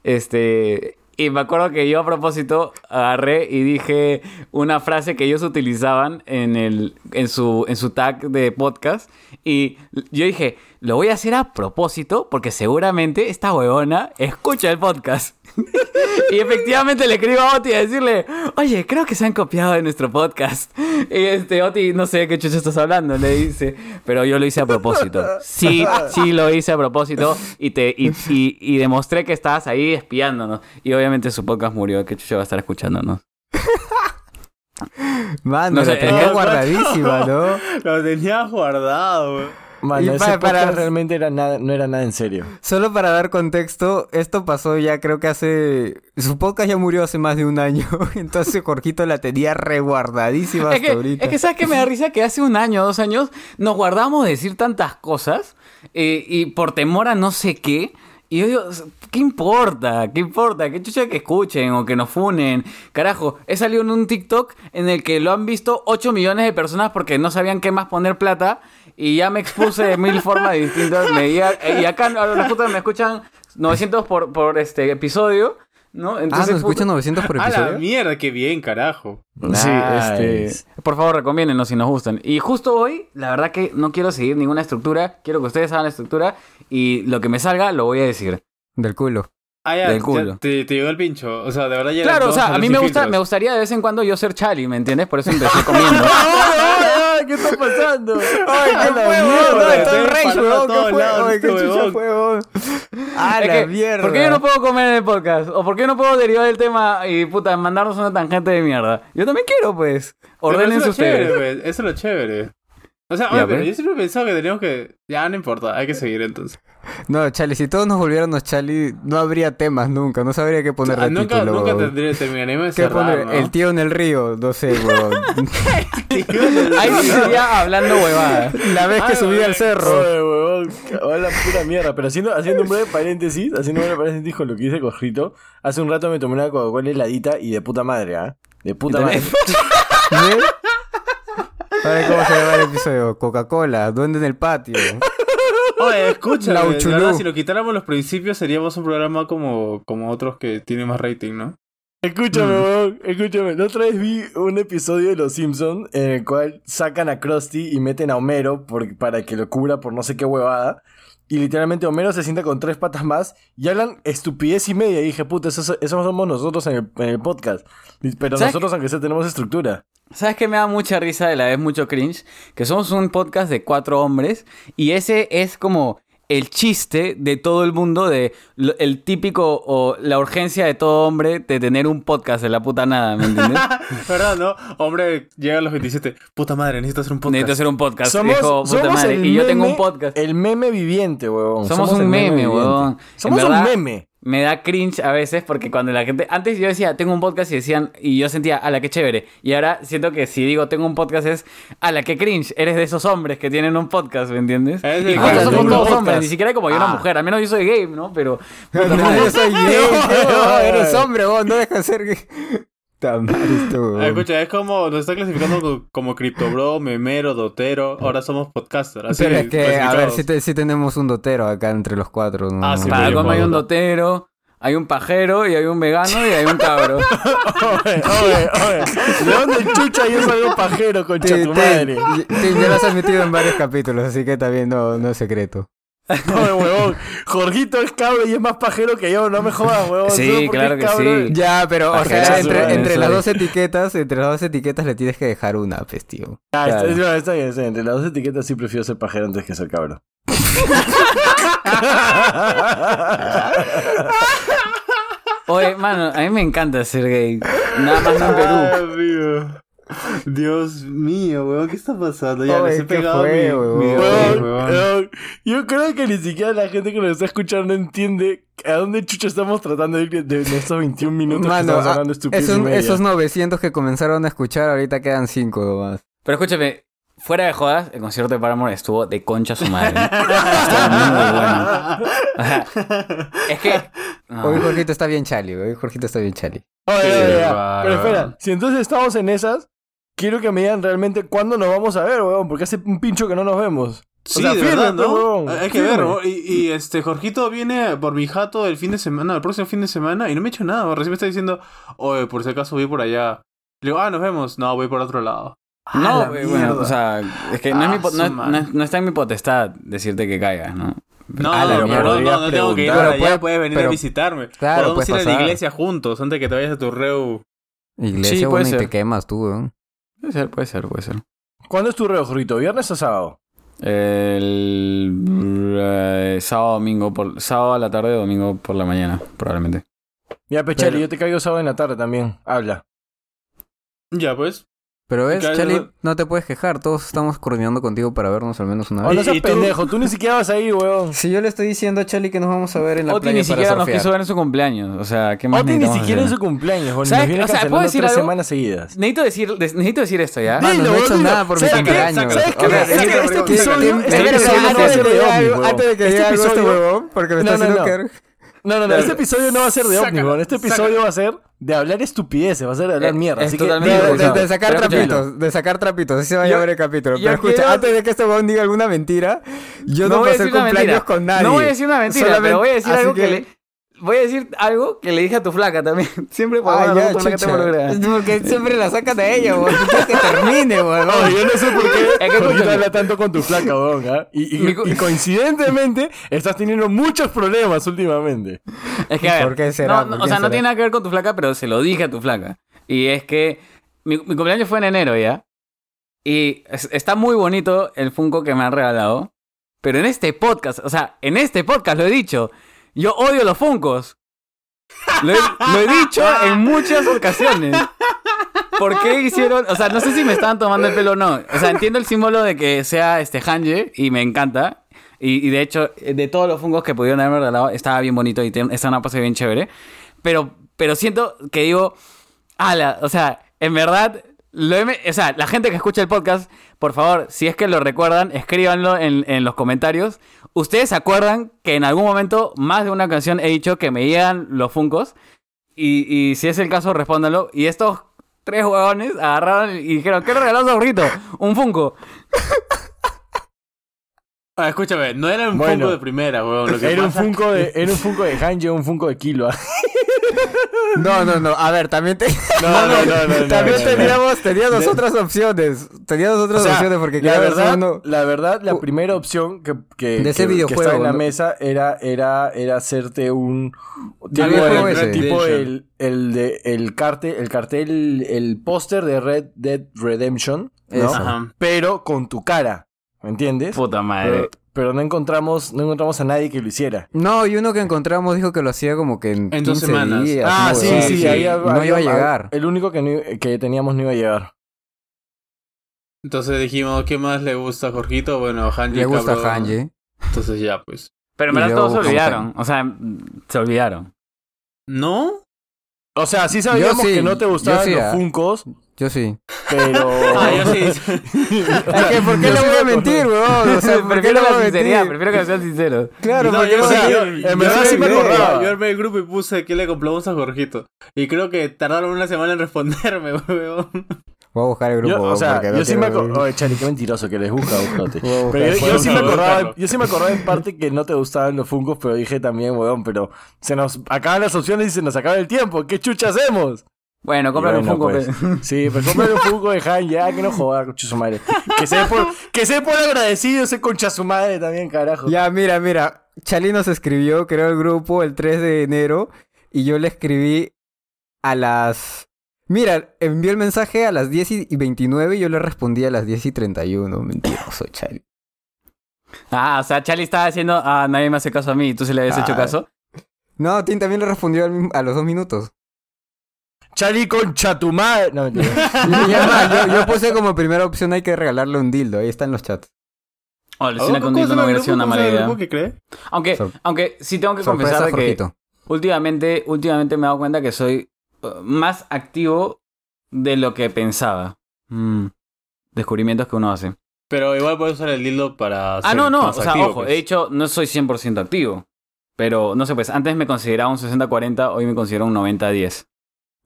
S1: este... Y me acuerdo que yo a propósito agarré y dije una frase que ellos utilizaban en, el, en, su, en su tag de podcast. Y yo dije, lo voy a hacer a propósito porque seguramente esta huevona escucha el podcast. Y efectivamente le escribo a Oti a decirle, oye, creo que se han copiado de nuestro podcast. Y este, Oti, no sé de qué chucho estás hablando, le dice, pero yo lo hice a propósito. Sí, sí lo hice a propósito y te y, y- y demostré que estabas ahí espiándonos. Y obviamente su podcast murió, qué chucho va a estar escuchándonos.
S4: Mano,
S1: No sé,
S4: la tenía
S3: eh,
S4: guardadísima, ¿no?
S3: Lo tenías guardado, güey.
S2: Mano,
S4: Y
S2: ese
S4: para- para-
S2: podcast realmente era nada, no era nada en serio.
S4: Solo para dar contexto, esto pasó ya creo que hace... Su podcast ya murió hace más de un año, entonces Jorgito la tenía reguardadísima
S1: Es
S4: hasta
S1: que,
S4: ahorita.
S1: es que, ¿sabes qué me da risa? Que hace un año, dos años, nos guardamos decir tantas cosas eh, y por temor a no sé qué. Y yo digo, ¿qué importa? ¿Qué importa? ¿Qué chucha que escuchen o que nos funen? Carajo, he salido en un TikTok en el que lo han visto 8 millones de personas porque no sabían qué más poner plata y ya me expuse de mil formas distintas. Me, y, a- y acá a los putas me escuchan 900 por, por este episodio, ¿no?
S4: Ah, ¿nos
S1: puta-
S4: escuchan 900 por
S3: A la
S4: episodio?
S3: mierda, qué bien, carajo.
S2: Sí,
S1: Nice.
S2: este.
S1: Por favor, recomiéndenos si nos gustan. Y justo hoy, la verdad que no quiero seguir ninguna estructura. Quiero que ustedes hagan la estructura. Y lo que me salga, lo voy a decir.
S4: Del culo.
S3: Ah, ya,
S1: Del
S3: ya
S1: culo.
S3: te, te llegó el pincho. O sea, de verdad ya eran
S1: Claro, o
S3: dos
S1: sea, a mí me,
S3: los
S1: gusta, me
S3: infiltros.
S1: gustaría de vez en cuando yo ser Chali, ¿me entiendes? Por eso empecé comiendo.
S2: ¿Qué está pasando?
S4: ¡Ay,
S3: qué huevón, no, estoy
S4: en
S3: en rage, huevón, ¿qué fue? Ay, qué chucha
S4: fue, ¡A
S1: este Es
S4: la
S1: que,
S4: mierda!
S1: ¿Por qué yo no puedo comer en el podcast? ¿O por qué no puedo derivar el tema y puta, mandarnos una tangente de mierda? Yo también quiero, pues.
S3: Pero
S1: Ordenense
S3: eso es lo
S1: ustedes.
S3: chévere, pues, Eso es lo chévere. O sea,
S1: Ya,
S3: oye, pero
S1: pues.
S3: yo siempre he pensado que teníamos que. Ya, no importa, hay que seguir entonces.
S4: No, Chali, si todos nos volviéramos Chali, no habría temas nunca, no sabría qué poner
S3: Ah,
S4: de
S3: nunca
S4: título,
S3: nunca
S4: huevón.
S3: tendré, terminaremos de
S4: ¿Qué
S3: cerrar,
S4: poner?
S3: ¿no?
S4: El tío en el río, no sé, huevón.
S1: Ahí sí sería hablando huevadas.
S4: La vez que
S3: Ay,
S4: subí
S3: huevón.
S4: al cerro.
S2: Oye, huevón, hola pura mierda. Pero haciendo, haciendo un breve paréntesis, haciendo un breve paréntesis con lo que dice Corjito, hace un rato me tomé una Coca-Cola heladita y de puta madre, ¿ah? De puta madre.
S4: ¿Ves? ¿eh? A ver cómo se llama el episodio. Coca-Cola, duende en el patio.
S3: Oye, escucha,
S4: La
S3: de
S4: Uchulú.
S3: verdad, si lo quitáramos los principios seríamos un programa como, como otros que tienen más rating, ¿no?
S2: Escúchame,
S1: Mm.
S2: huevón, escúchame. La otra vez vi un episodio de Los Simpsons en el cual sacan a Krusty y meten a Homero por- para que lo cubra por no sé qué huevada. Y literalmente Homero se sienta con tres patas más y hablan estupidez y media. Y dije, puta, eso, eso somos nosotros en el, en el podcast. Y- Pero
S1: ¿Sabes
S2: nosotros, aunque sea, tenemos estructura.
S1: ¿Sabes qué me da mucha risa y la vez mucho cringe? Que somos un podcast de cuatro hombres y ese es como el chiste de todo el mundo, de lo- el típico o la urgencia de todo hombre de tener un podcast de la puta nada, ¿me entiendes?
S3: ¿Verdad, no? Hombre, llega a los 27. Puta madre, necesito hacer un podcast.
S1: Necesito hacer un podcast.
S2: Somos,
S1: Dijo, puta
S2: somos
S1: madre,
S2: el
S1: y yo tengo
S2: meme-
S1: un podcast.
S2: El meme viviente, huevón.
S1: Somos un
S2: el
S1: meme,
S2: viviente.
S1: huevón.
S2: Somos
S1: En
S2: un
S1: verdad-
S2: meme.
S1: Me da cringe a veces porque cuando la gente. Antes yo decía, tengo un podcast y decían. Y yo sentía, a la que chévere. Y ahora siento que si digo, tengo un podcast es. A la que cringe. Eres de esos hombres que tienen un podcast, ¿me entiendes?
S3: Es
S1: Y
S3: el
S1: justo
S3: gran
S1: somos
S3: duro.
S1: todos
S2: Podcast.
S1: hombres. Ni siquiera hay como yo una
S2: Ah.
S1: mujer. Al menos yo soy gay, ¿no? Pero. puta
S4: No,
S1: madre.
S4: yo soy gay, huevón, eres hombre, vos, no dejas de ser gay. Tamar esto,
S3: Ah,
S4: huevón.
S3: escucha, es como, nos está clasificando co- como criptobro, memero, dotero, ahora somos podcaster. Así
S4: Pero es que, a ver,
S3: clasificados.
S4: si, tenemos un dotero acá entre los cuatro. ¿no?
S3: Ah, sí,
S1: Para
S3: pero yo
S1: colmo hay
S3: puedo
S1: un
S3: votar.
S1: dotero. Hay un pajero y hay un vegano y hay un cabro.
S2: Oye, oye, oye. ¿De dónde chucha yo soy un pajero, concha
S4: Te-
S2: tu
S4: te-
S2: madre?
S4: te- ya lo has admitido en varios capítulos, así que también no, no es secreto.
S2: Oye, huevón. Jorgito es cabro y es más pajero que yo, no me jodas, huevón.
S1: Sí,
S2: Solo porque
S1: claro
S2: es
S1: que
S2: cabro-
S1: sí.
S4: Ya, pero, o
S1: Pajerazo,
S4: sea, entre,
S2: madre,
S4: entre
S1: soy.
S4: las dos etiquetas, entre las dos etiquetas le tienes que dejar una, pues, tío.
S2: Ah, está,
S1: Claro.
S2: no, está bien, está bien. Entre las dos etiquetas sí prefiero ser pajero antes que ser cabro.
S1: Oye, mano, a mí me encanta ser gay. Nada más no en Perú.
S3: Ay, Ah, amigo. Dios mío, weón, ¿qué está pasando? Ya
S4: Oye,
S3: les he
S4: ¿qué
S3: pegado
S4: fue,
S3: mi,
S4: weón?
S3: mi-
S2: Weón, eh,
S3: weón.
S2: weón, yo creo que ni siquiera la gente que nos está escuchando entiende a dónde chucha estamos tratando de ir de, de estos 21 minutos que
S4: Mano,
S2: estamos
S4: ah,
S2: hablando estupidez
S4: Esos-
S2: y media.
S4: esos 900 que comenzaron a escuchar, ahorita quedan 5 nomás.
S1: Pero escúchame, fuera de jodas, el concierto de Paramore estuvo de concha su madre. estuvo muy bueno. O sea, es que. no.
S4: Hoy Jorgito está bien chali, hoy Jorgito está bien chali.
S2: Oye,
S3: Qué
S2: oye, oye,
S3: bárbaro.
S2: pero espera, si entonces estamos en esas, quiero que me digan realmente cuándo nos vamos a ver, weón, porque hace un pincho que no nos vemos.
S3: Sí,
S2: sea,
S3: de
S2: firme,
S3: verdad,
S2: pues,
S3: ¿no?
S2: huevón,
S3: Hay que
S2: firme.
S3: ver, ¿no? y, y, este, Jorgito viene por mi jato el fin de semana, el próximo fin de semana, y no me ha hecho nada, recién me está diciendo, oye, por si acaso voy por allá. Le digo, ah, nos vemos. No, voy por otro lado.
S1: No,
S3: Ah, la
S1: eh, bueno,
S3: mierda.
S1: o sea, es que no, es
S3: Ah,
S1: mi po-
S3: su
S1: no es-
S3: madre.
S1: no es- no está en mi potestad decirte que caigas, ¿no?
S3: No,
S1: A la
S3: pero
S1: mierda.
S3: no, no, no tengo que ir para
S4: Pero
S3: allá,
S4: puede-
S3: puedes venir
S4: pero-
S3: a visitarme.
S4: claro,
S3: Podemos
S4: puedes
S3: ir a la
S4: pasar.
S3: iglesia juntos antes de que te vayas a tu reu.
S4: Iglesia,
S1: Sí, puede
S4: bueno, y
S1: ser.
S4: te quemas tú, weón.
S1: Puede ser, puede ser, puede ser.
S2: ¿Cuándo es tu reo, Jorrito? ¿Viernes o sábado?
S1: El eh, sábado domingo por sábado a la tarde o domingo por la mañana, probablemente.
S2: Ya, Pechari,
S3: Pero-
S2: yo te caigo sábado en la tarde también. Habla.
S3: Ya, pues.
S4: Pero ves,
S3: Claro,
S4: Chali,
S3: no-
S4: no te puedes quejar, todos estamos coordinando contigo para vernos al menos una
S2: Oh,
S4: vez.
S2: no
S3: ¿Y-
S2: seas
S3: y tú?
S2: pendejo, tú ni siquiera vas ahí, weón.
S4: Si yo le estoy diciendo a Chali que nos vamos a ver en la
S1: Oti
S4: playa
S1: ni siquiera
S4: para
S1: nos
S4: surfear.
S1: quiso ver en su cumpleaños. O sea, ¿qué más
S2: Oti ni
S1: necesitamos
S2: siquiera en
S1: hacer?
S2: su cumpleaños, weón.
S1: ¿Sabes
S2: Nos
S1: qué?
S2: viene
S1: O sea, ¿puedo
S2: cancelando
S1: decir
S2: tres
S1: algo?
S2: semanas seguidas.
S1: Necesito decir, necesito decir esto, ¿ya?
S4: Mano, no he hecho
S2: weón,
S4: nada por mi
S2: ¿sabes qué?
S4: cumpleaños.
S2: ¿Sabes qué?
S4: Ok,
S2: Es que este
S4: ¿qué-
S2: episodio-
S4: qué-
S2: este
S4: espera,
S2: episodio
S4: espera,
S2: no va a ser
S4: antes
S2: de
S4: diga
S2: ovnis,
S4: algo-
S2: huevón.
S4: Antes de que
S2: Este
S4: diga algo este
S2: episodio-
S4: huevón, porque me
S2: No,
S4: está
S2: no,
S4: haciendo
S2: no.
S4: quedar-
S2: No, no, no, este episodio no va a ser de ovnis,
S3: Sácalo,
S2: weón. Este episodio va a ser de hablar estupideces, va a ser de hablar
S1: Eh,
S2: mierda.
S1: es
S2: Así que
S1: totalmente
S2: dilo,
S1: Pero,
S4: De, de-
S1: improvisado.
S2: dilo.
S4: de sacar
S1: pero escucha.
S4: trapitos, de sacar trapitos, así se va a
S1: Yo-
S4: llamar el capítulo.
S1: yo
S4: Pero escucha,
S1: quiero-
S4: antes de que este weón diga alguna mentira, yo no, voy a hacer
S1: una
S4: cumpleaños
S1: mentira.
S4: con nadie.
S1: No voy a decir una mentira,
S4: Solamente-
S1: pero voy a decir
S4: así
S1: algo que... le... Voy a decir algo que le dije a tu flaca también. Siempre por una
S4: Ay, Ah, ya,
S1: razón por la que te
S4: chucha.
S1: involucras.
S4: Porque siempre la sacan de ella, weón. Tú quieres que termine, weón.
S2: No, yo no sé por qué
S1: Es que
S2: Jorgito
S1: escúchame.
S2: habla tanto con tu flaca, weón. ¿ah? Y, y-
S1: Mi cu-
S2: y coincidentemente estás teniendo muchos problemas últimamente.
S1: Es que, a ver,
S4: ¿Por qué será?
S1: no, no,
S4: ¿Por
S1: o
S4: quién
S1: sea,
S4: será?
S1: no tiene nada que ver con tu flaca, pero se lo dije a tu flaca. Y es que mi, mi cumpleaños fue en enero ya. Y es- está muy bonito el Funko que me han regalado. Pero en este podcast, o sea, en este podcast lo he dicho. Yo odio los Funcos. Lo he, lo he dicho en muchas ocasiones. ¿Por qué hicieron? O sea, no sé si me estaban tomando el pelo o no. O sea, entiendo el símbolo de que sea este Hanje y me encanta. Y, y de hecho, eh, de todos los fungos que pudieron haberme regalado, estaba bien bonito y ten- estaba una pose bien chévere. Pero, pero siento que digo, ala, o sea, en verdad, lo he me- o sea, la gente que escucha el podcast, por favor, si es que lo recuerdan, escríbanlo en, en los comentarios. ¿Ustedes se acuerdan que en algún momento, más de una canción, he dicho que me llegan los funcos? Y, y si es el caso, respóndanlo. Y estos tres huevones agarraron y dijeron, ¿qué le regaló Zorrito? Un funko.
S3: Ah, escúchame, no era un
S2: Bueno.
S3: funko de primera, weón. Lo que
S2: Era un
S3: pasa-
S2: funko de, era un funko de Hanje, un funko de Kilo. ¿ah?
S4: No, no, no. A ver, también, te-
S2: No, no, no, no, no,
S4: también
S2: no, no.
S4: teníamos, teníamos
S2: De-
S4: otras opciones. Teníamos otras
S2: O sea,
S4: opciones porque
S2: la
S4: cada vez
S2: verdad,
S4: uno-
S2: la verdad, la
S4: U-
S2: primera opción que, que,
S4: De ese
S2: que- que
S4: videojuego,
S2: estaba en la
S4: ¿no?
S2: mesa era, era, era hacerte un tipo,
S4: videojuego
S2: el,
S4: ese.
S2: tipo
S3: Redemption.
S2: el, el de el cartel, el cartel, el póster de Red Dead Redemption, ¿no?
S4: Eso.
S3: Ajá.
S2: Pero con tu cara, ¿me entiendes?
S1: Puta
S2: Pero,
S1: madre.
S2: pero no encontramos, no encontramos a nadie que lo hiciera.
S4: No, y uno que encontramos dijo que lo hacía como que en,
S3: En dos
S4: 15
S3: semanas.
S4: días,
S2: Ah,
S4: ¿no?
S2: sí,
S4: Huevón.
S2: sí, ahí hab-
S4: No iba a
S2: había-
S4: llegar.
S2: El único que, no i- que teníamos no iba a llegar.
S3: Entonces dijimos, ¿qué más le gusta a Jorgito? Bueno, Hanji.
S4: Le gusta
S3: cabrón.
S4: Hanji.
S3: Entonces ya, pues.
S1: Pero en
S4: Y
S1: verdad
S4: luego
S1: todos se
S4: buscamos
S1: olvidaron. O sea, mm, se olvidaron.
S3: ¿No?
S2: O sea, sí sabíamos
S4: sí,
S2: que no te
S4: yo
S2: gustaban
S4: sí,
S2: los
S4: ah.
S2: Funcos,
S4: Yo sí.
S2: pero.
S3: Ah, yo sí.
S4: Es que, ¿por qué le voy a mentir, weón? O sea, ¿por qué
S1: prefiero
S4: le voy
S1: la
S4: a
S1: sinceridad,
S4: mentir?
S1: prefiero que sean sinceros.
S4: Claro,
S3: No,
S4: porque
S3: yo,
S4: o
S3: sí,
S4: sea,
S3: yo-
S2: en
S3: yo
S2: verdad
S3: armé
S2: sí me
S3: el grupo,
S2: acordaba.
S3: Yo armé el grupo y puse que le compramos a Jorgito. Y creo que tardaron una semana en responderme, weón.
S4: Voy a buscar el grupo.
S2: Yo, o
S4: weón,
S2: sea,
S4: porque no
S2: yo sí me
S4: quiero-
S2: acordaba. Oye, Chani, qué mentiroso que les busca, búscate.
S4: Voy a buscar.
S2: Pero yo, yo
S3: Bueno,
S2: sí me
S3: bueno,
S2: acordaba,
S3: Carlos.
S2: yo sí me acordaba en parte que no te gustaban los Funkos, pero dije también, weón, pero se nos acaban las opciones y se nos acaba el tiempo. ¿Qué chucha hacemos?
S1: Bueno, cómprame
S2: Y
S1: un
S2: bueno,
S1: Funko.
S2: pues,
S1: pe-
S2: Sí, pero cómprale un Funko de Han ya, que no joda, concha su madre. Que se dé por, que se dé por agradecido ese concha su madre también, carajo.
S4: Ya, mira, mira. Chalí nos escribió, creó el grupo el 3 de enero y yo le escribí a las... Mira, envió el mensaje a las 10 y 29 y yo le respondí a las 10 y 31. Mentiroso, Chali.
S1: Ah, o sea, Charlie estaba diciendo, ah, nadie me hace caso a mí, ¿tú se le habías hecho
S4: Ah.
S1: caso?
S4: No, Tim también le respondió al mismo- a los dos minutos.
S2: Chali, concha tu madre. No, mentira.
S4: Y ya está, yo, yo puse como primera opción hay que regalarle un dildo. Ahí está en los chats.
S1: O le con
S3: ¿Cómo
S1: Dildo
S3: se
S1: no
S3: llama el
S1: hubiera sido
S3: grupo?
S1: una
S3: ¿Cómo se
S1: mala
S3: llama el
S1: idea.
S3: grupo que cree?
S1: Aunque,
S4: Sor-
S1: aunque sí tengo que confesar
S4: Sorpresa,
S1: de que
S4: Jorgito.
S1: últimamente, últimamente me he dado cuenta que soy eh, más activo de lo que pensaba. Mm, Descubrimientos que uno hace.
S3: Pero igual puedes usar el dildo para.
S1: Ah,
S3: ser
S1: no, no. O
S3: más
S1: sea,
S3: activo,
S1: ojo,
S3: pues.
S1: de hecho, no soy 100% activo. Pero, no sé, pues antes me consideraba un 60-40, hoy me considero un 90-10.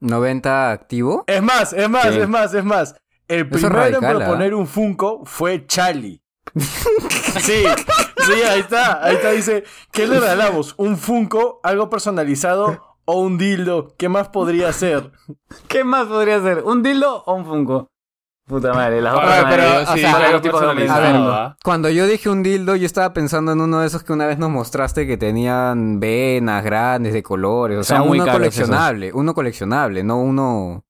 S4: 90 activo.
S2: Es más, es más,
S1: Sí.
S2: es más, es más. El
S4: Eso es
S2: primero en
S4: radical, ¿ah?
S2: proponer un Funko fue Chali. sí, sí, ahí está, ahí está, dice, ¿qué le regalamos? ¿Un Funko, algo personalizado o un dildo? ¿Qué más podría ser?
S1: ¿Qué más podría ser? ¿Un dildo o un funko? Puta madre, las dos
S3: Ah,
S1: cosas
S3: pero,
S1: me-
S3: sí,
S1: son
S3: algo
S1: los tipos de hombres.
S4: A
S3: personalizado.
S4: ver,
S3: Ah.
S4: no. cuando yo dije un dildo, yo estaba pensando en uno de esos que una vez nos mostraste que tenían venas grandes de colores. O sea,
S1: Son muy
S4: uno
S1: caros
S4: coleccionable, uno coleccionable, no uno.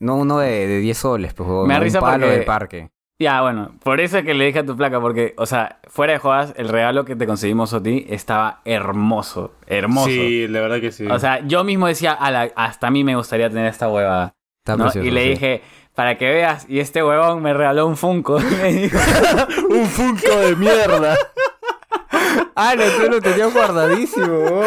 S4: No uno de, de 10 soles, pues. o
S1: Me da
S4: un
S1: risa
S4: palo
S1: porque-
S4: del parque.
S1: Ya, bueno, por eso es que le dije a tu placa, porque, o sea, fuera de jodas, el regalo que te conseguimos a ti estaba hermoso, hermoso.
S3: Sí, la verdad que sí.
S1: O sea, yo mismo decía, "Ala, hasta a mí me gustaría tener esta huevada.
S4: Está
S1: ¿no?
S4: precioso,
S1: y le
S4: sí.
S1: dije, para que veas, y este huevón me regaló un Funko. Me dijo,
S2: Un Funko de mierda.
S4: Ah, no, tú lo tenías guardadísimo. oh.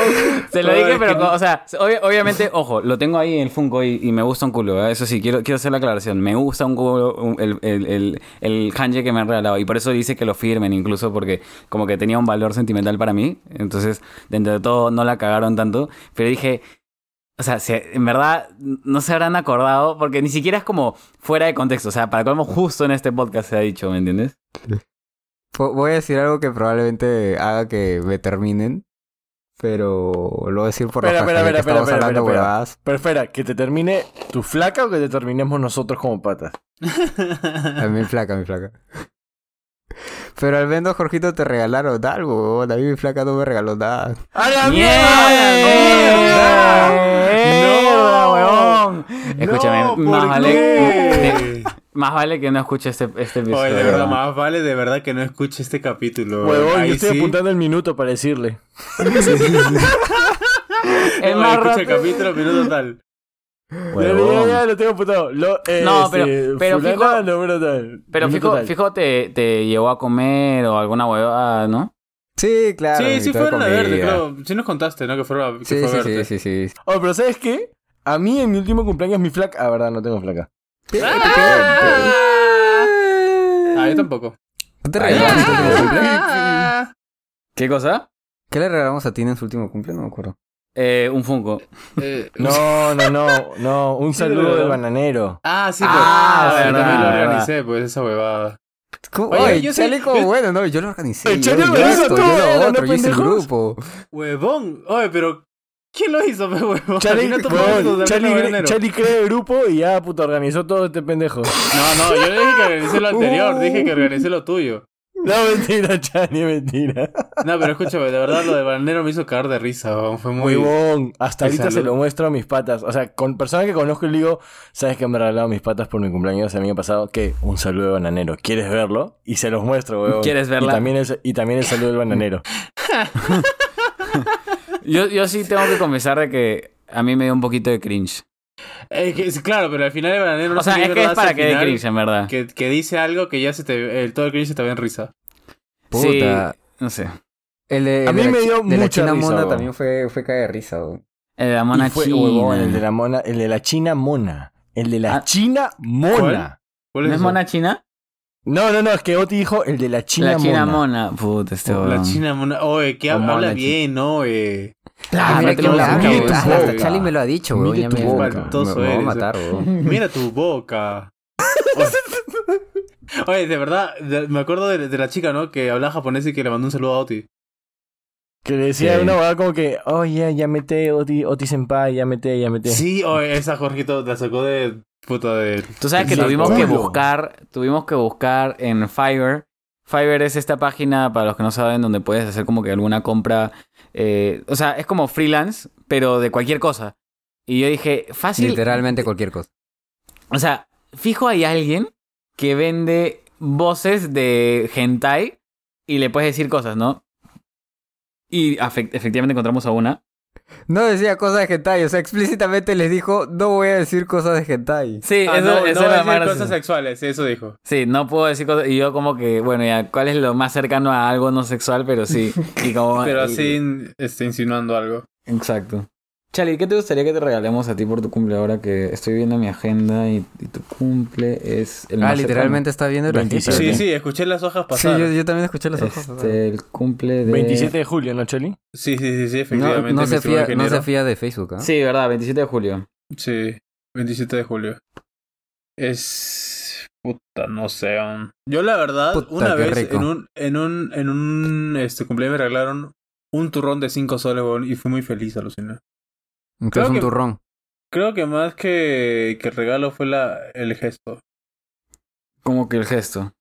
S1: se lo
S3: Ay,
S1: dije, pero,
S3: qué-
S1: co- o sea, obvi- obviamente, ojo, lo tengo ahí en el Funko y, y me gusta un culo, ¿eh? eso sí, quiero, quiero hacer la aclaración. Me gusta un culo un- el, el, el, el kanji que me han regalado, y por eso dice que lo firmen, incluso porque como que tenía un valor sentimental para mí. Entonces, dentro de todo, no la cagaron tanto, pero dije. O sea, se- en verdad no se habrán acordado porque ni siquiera es como fuera de contexto. O sea, para colmo justo en este podcast se ha dicho, ¿me entiendes?
S4: Po- Voy a decir algo que probablemente haga que me terminen. Pero lo voy a decir por la
S2: Espera, espera,
S4: faja, ya que
S2: espera,
S4: estamos
S2: espera,
S4: hablando
S2: espera, espera.
S4: huevadas.
S2: Pero espera, ¿que te termine tu flaca o que te terminemos nosotros como patas?
S4: A mi flaca, mi flaca. Pero al menos, Jorgito, te regalaron algo. huevón. A mí mi flaca no me regaló nada.
S2: ¡A la
S1: ¡Mierda,
S2: ¡No!
S1: huevón! Escúchame,
S3: No, ¿por
S1: más, vale, de-
S3: qué?
S1: más vale que no escuche este, este episodio.
S3: Oye, de verdad,
S1: ¿no?
S3: más vale de verdad que no escuche este capítulo.
S2: Huevón,
S3: Ahí
S2: yo estoy
S3: sí.
S2: apuntando el minuto para decirle.
S1: Es
S3: No,
S1: más
S3: escucha el
S1: rápido.
S3: capítulo, minuto tal.
S2: Ya, ya,
S1: Huevón.
S2: ya, lo tengo apuntado. Lo, eh,
S1: No,
S2: este,
S1: pero- pero
S2: fulana,
S1: fijo-
S2: número tal.
S1: Pero
S2: Minuto
S1: fijo,
S2: tal.
S1: fijo te, te llevó a comer o alguna huevada, ¿no?
S4: Sí, claro. me
S3: sí, sí
S4: invitó de
S3: fueron a verte,
S4: comida.
S3: creo. Sí nos contaste, ¿no? Que fueron a, que
S4: Sí,
S3: fue a
S4: sí,
S3: verte.
S4: sí, sí, sí,
S2: Oh, pero ¿sabes qué? A mí en mi último cumpleaños mi flaca... Ah, verdad, no tengo flaca.
S3: Ah, yo tampoco.
S4: ¿No te regalamos
S2: ¡Ah!
S4: en tu último cumple?
S3: Ah.
S1: ¿Qué cosa?
S4: ¿Qué le regalamos a Tina en su último cumple? No me acuerdo.
S1: Eh, un Funko.
S3: Eh,
S2: No, no, no, no. Un saludo
S3: verdad.
S2: del bananero.
S3: Ah, sí,
S1: Ah,
S3: pues.
S1: verdad,
S3: también lo
S1: verdad.
S3: organicé, pues, esa huevada.
S4: ¿Cómo?
S3: Oye,
S4: Oye,
S3: yo sé-
S4: sale como
S3: yo-
S4: bueno, no, yo lo organicé.
S2: ¿En
S4: yo-
S2: serio
S4: yo
S2: lo hizo
S4: esto,
S2: tú,
S4: yo
S2: eh?
S4: lo
S2: ¿No,
S4: otro, yo hice el
S2: pendejos?
S4: grupo.
S3: Huevón. Oye, pero... ¿Quién lo hizo, pues, huevón?
S2: Charlie,
S3: no,
S2: huevón,
S3: no,
S2: Charlie cre- Charlie crea el grupo y ya, puta, organizó todo este pendejo.
S3: no, no, yo le dije que organicé lo anterior. Dije que organicé lo tuyo.
S2: No, mentira, Chani, mentira.
S3: No, pero escúchame, de verdad lo de Bananero me hizo cagar de risa, weón. Fue muy.
S2: Huevón, hasta ahorita
S3: Esa
S2: se
S3: luz.
S2: lo muestro a mis patas. O sea, con personas que conozco le digo, ¿sabes que me han regalado mis patas por mi cumpleaños el año pasado? Que un saludo de bananero. ¿Quieres verlo? Y se los muestro, huevón.
S1: ¿Quieres verla?
S2: Y también el, y también el saludo del bananero.
S1: Yo, yo sí tengo que confesar de que a mí me dio un poquito de cringe.
S3: Es que, es- claro, pero al final el Bananero no
S1: o sea,
S3: sé qué
S1: es que
S3: mierda
S1: es para
S3: hace
S1: que dé
S3: al final,
S1: cringe, en verdad.
S3: que, que dice algo que ya se te. El, todo el cringe se te ve en risa.
S4: Puta.
S1: Sí, no sé.
S4: El de,
S2: A
S4: el
S2: mí
S4: de la
S2: me
S4: chi-
S2: dio
S4: de la
S2: mucha
S4: China
S2: risa,
S4: Mona
S2: weón.
S4: también fue, fue cae de risa, weón.
S1: El de Eh, la
S2: Y
S1: mona
S2: fue,
S1: china.
S2: huevón, el de la mona, el de la china mona. El de la
S1: Ah.
S2: china mona.
S3: ¿Cuál
S1: ¿No es
S3: eso?
S1: mona china?
S2: No, no, no, es que Oti dijo el de la china
S1: la china
S2: mona.
S1: mona. Puta, este
S3: La
S1: huevón.
S3: china mona. Oye, que
S1: O
S3: habla,
S1: mona
S3: bien, ¿no? Eh.
S1: Claro,
S4: Ah,
S1: no
S4: mira
S1: te
S4: que
S1: lo
S4: la-
S1: busques,
S4: mira,
S1: huevón.
S3: boca.
S4: Hasta Charlie me lo ha dicho, weón.
S2: Mira
S4: Ya
S2: tu
S4: me,
S2: boca.
S4: me,
S3: Faltoso
S4: me va a
S2: eh.
S3: eres.
S4: matar, weón.
S3: Mira tu boca. Oye, Oye, de verdad, de- me acuerdo de, de la chica, ¿no? Que hablaba japonés y que le mandó un saludo a Oti.
S2: Que le decía
S1: Sí.
S2: una huevada como que, oh yeah, ya mete Oti, Oti Senpai, ya mete, ya mete.
S3: Sí, oye, esa Jorgito la sacó de puta de.
S1: Tú sabes que
S2: Exacto.
S1: tuvimos que
S2: Culo.
S1: buscar, tuvimos que buscar en Fiverr. Fiverr es esta página, para los que no saben, donde puedes hacer como que alguna compra. eh, o sea, es como freelance, pero de cualquier cosa. Y yo dije, fácil.
S4: Literalmente cualquier cosa.
S1: O sea, fijo hay alguien que vende voces de hentai y le puedes decir cosas, ¿no? Y afec- efectivamente encontramos a una.
S4: No decía cosas de hentai, o sea, explícitamente les dijo, no voy a decir cosas de hentai.
S1: Sí,
S3: Ah,
S1: eso,
S3: no,
S1: eso
S3: no
S1: era
S3: va a
S1: más
S3: decir cosas
S1: gracioso.
S3: sexuales, eso dijo.
S1: Sí, no puedo decir cosas. Y yo como que, bueno, ya, ¿cuál es lo más cercano a algo no sexual? Pero sí. Y
S4: Ah,
S1: como,
S3: Pero
S1: y-
S3: así este, insinuando algo.
S1: Exacto. Charlie, ¿qué te gustaría que te regalemos a ti por tu cumple ahora que estoy viendo mi agenda y, y tu cumple es el
S4: Ah,
S1: más
S4: literalmente está viendo el
S2: 27.
S3: Sí,
S2: Pero-
S3: sí, escuché las hojas
S4: Sí,
S3: pasar.
S4: yo, yo también escuché las
S1: cercano?
S4: hojas.
S1: Este, el cumple de...
S2: 27 de julio, ¿no, Choli?
S3: Sí, sí, sí, sí,
S4: No,
S3: efectivamente.
S4: no, se
S3: mi estimado
S4: fía, no se
S3: ingeniero.
S4: fía de Facebook, ¿ah?
S1: Sí, verdad, 27 de julio.
S3: Sí, 27 de julio. Es. Puta, no sé. aún. Yo, la verdad,
S4: Puta,
S3: una
S4: qué
S3: vez
S4: rico.
S3: en un, en un, en un este, cumpleaños me regalaron un turrón de 5 soles, weón, y fui muy feliz, aluciné.
S4: Incluso
S3: Creo
S4: un
S3: que-
S4: turrón.
S3: Creo que más que, que el regalo fue la, el gesto.
S1: Como que el gesto.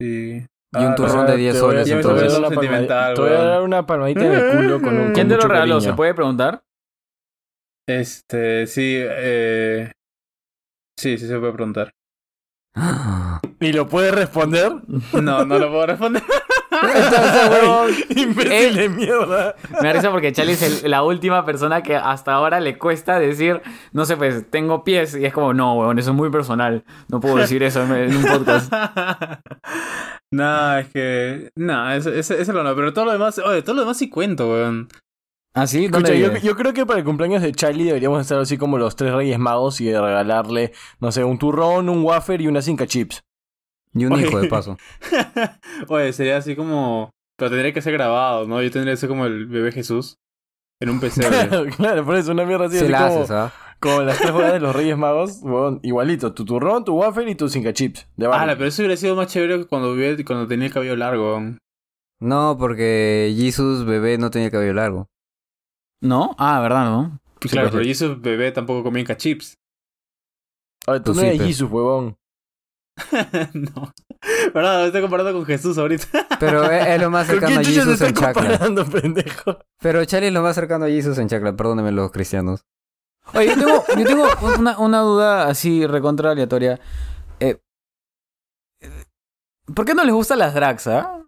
S3: Sí.
S4: Y un
S3: Ah,
S4: turrón
S3: la-
S4: de 10
S2: te voy a-
S4: soles,
S2: te voy a
S4: entonces.
S2: dar una
S3: Sentimental,
S2: palmadita- Te voy a
S3: weón.
S2: dar una palmadita en el culo con un con
S1: ¿Quién te lo
S2: mucho
S1: regaló?
S2: cariño.
S1: ¿Se puede preguntar?
S3: Este, sí, eh. Sí, sí se puede preguntar.
S2: ¿Y lo puedes responder?
S3: No, no lo puedo responder.
S1: Entonces, huevón,
S2: Eh, Imbécil de mierda.
S1: me da risa porque Charlie es el- la última persona que hasta ahora le cuesta decir, no sé, pues, tengo pies. Y es como, no, weón, eso es muy personal. No puedo decir eso en- en un podcast.
S3: no, es que. No, eso, eso, eso lo no. Pero todo lo demás. Oye, todo lo demás sí cuento, weón.
S1: ¿Ah, sí?
S2: Escucha,
S1: ¿Dónde
S2: yo,
S1: vive?
S2: yo creo que para el cumpleaños de Charlie deberíamos estar así como los tres reyes magos y de regalarle, no sé, un turrón, un wafer y una cinca chips.
S4: Y un
S3: Oye.
S4: hijo, de paso.
S3: Oye, sería así como. Pero tendría que ser grabado, ¿no? Yo tendría que ser como el bebé Jesús. En un pesebre.
S2: Claro, claro, por eso una mierda así,
S4: Se
S2: así
S4: la
S2: como,
S4: haces, ¿ah?
S2: como las tres jugadas de los reyes magos, huevón, igualito, tu turrón, tu wafer y tu cinca chips. De
S3: Ah,
S2: Barbie.
S3: pero eso hubiera sido más chévere que cuando, vivía- cuando tenía el cabello largo, weón.
S4: No, porque Jesus bebé no tenía cabello largo.
S1: ¿No? Ah, verdad, ¿no?
S3: Claro,
S4: pues,
S3: pero
S4: sí.
S3: Jesús bebé tampoco comía cachips.
S2: Ahora, tú
S4: Pues
S2: no
S4: sí,
S2: eres
S4: pero-
S2: Jesus, huevón.
S3: no. ¿Verdad? Me estoy comparando con Jesús ahorita.
S4: Pero es, es lo más
S2: ¿Con quién
S4: cercano a
S2: chucha te
S4: Jesus
S2: estás
S4: en chacla.
S2: comparando, pendejo?
S4: Pero Charlie es lo más cercano a Jesus en chacla, perdónenme los cristianos.
S1: Oye, yo tengo, yo tengo una, una duda así recontra aleatoria. Eh, ¿Por qué no les gustan las drags, ah?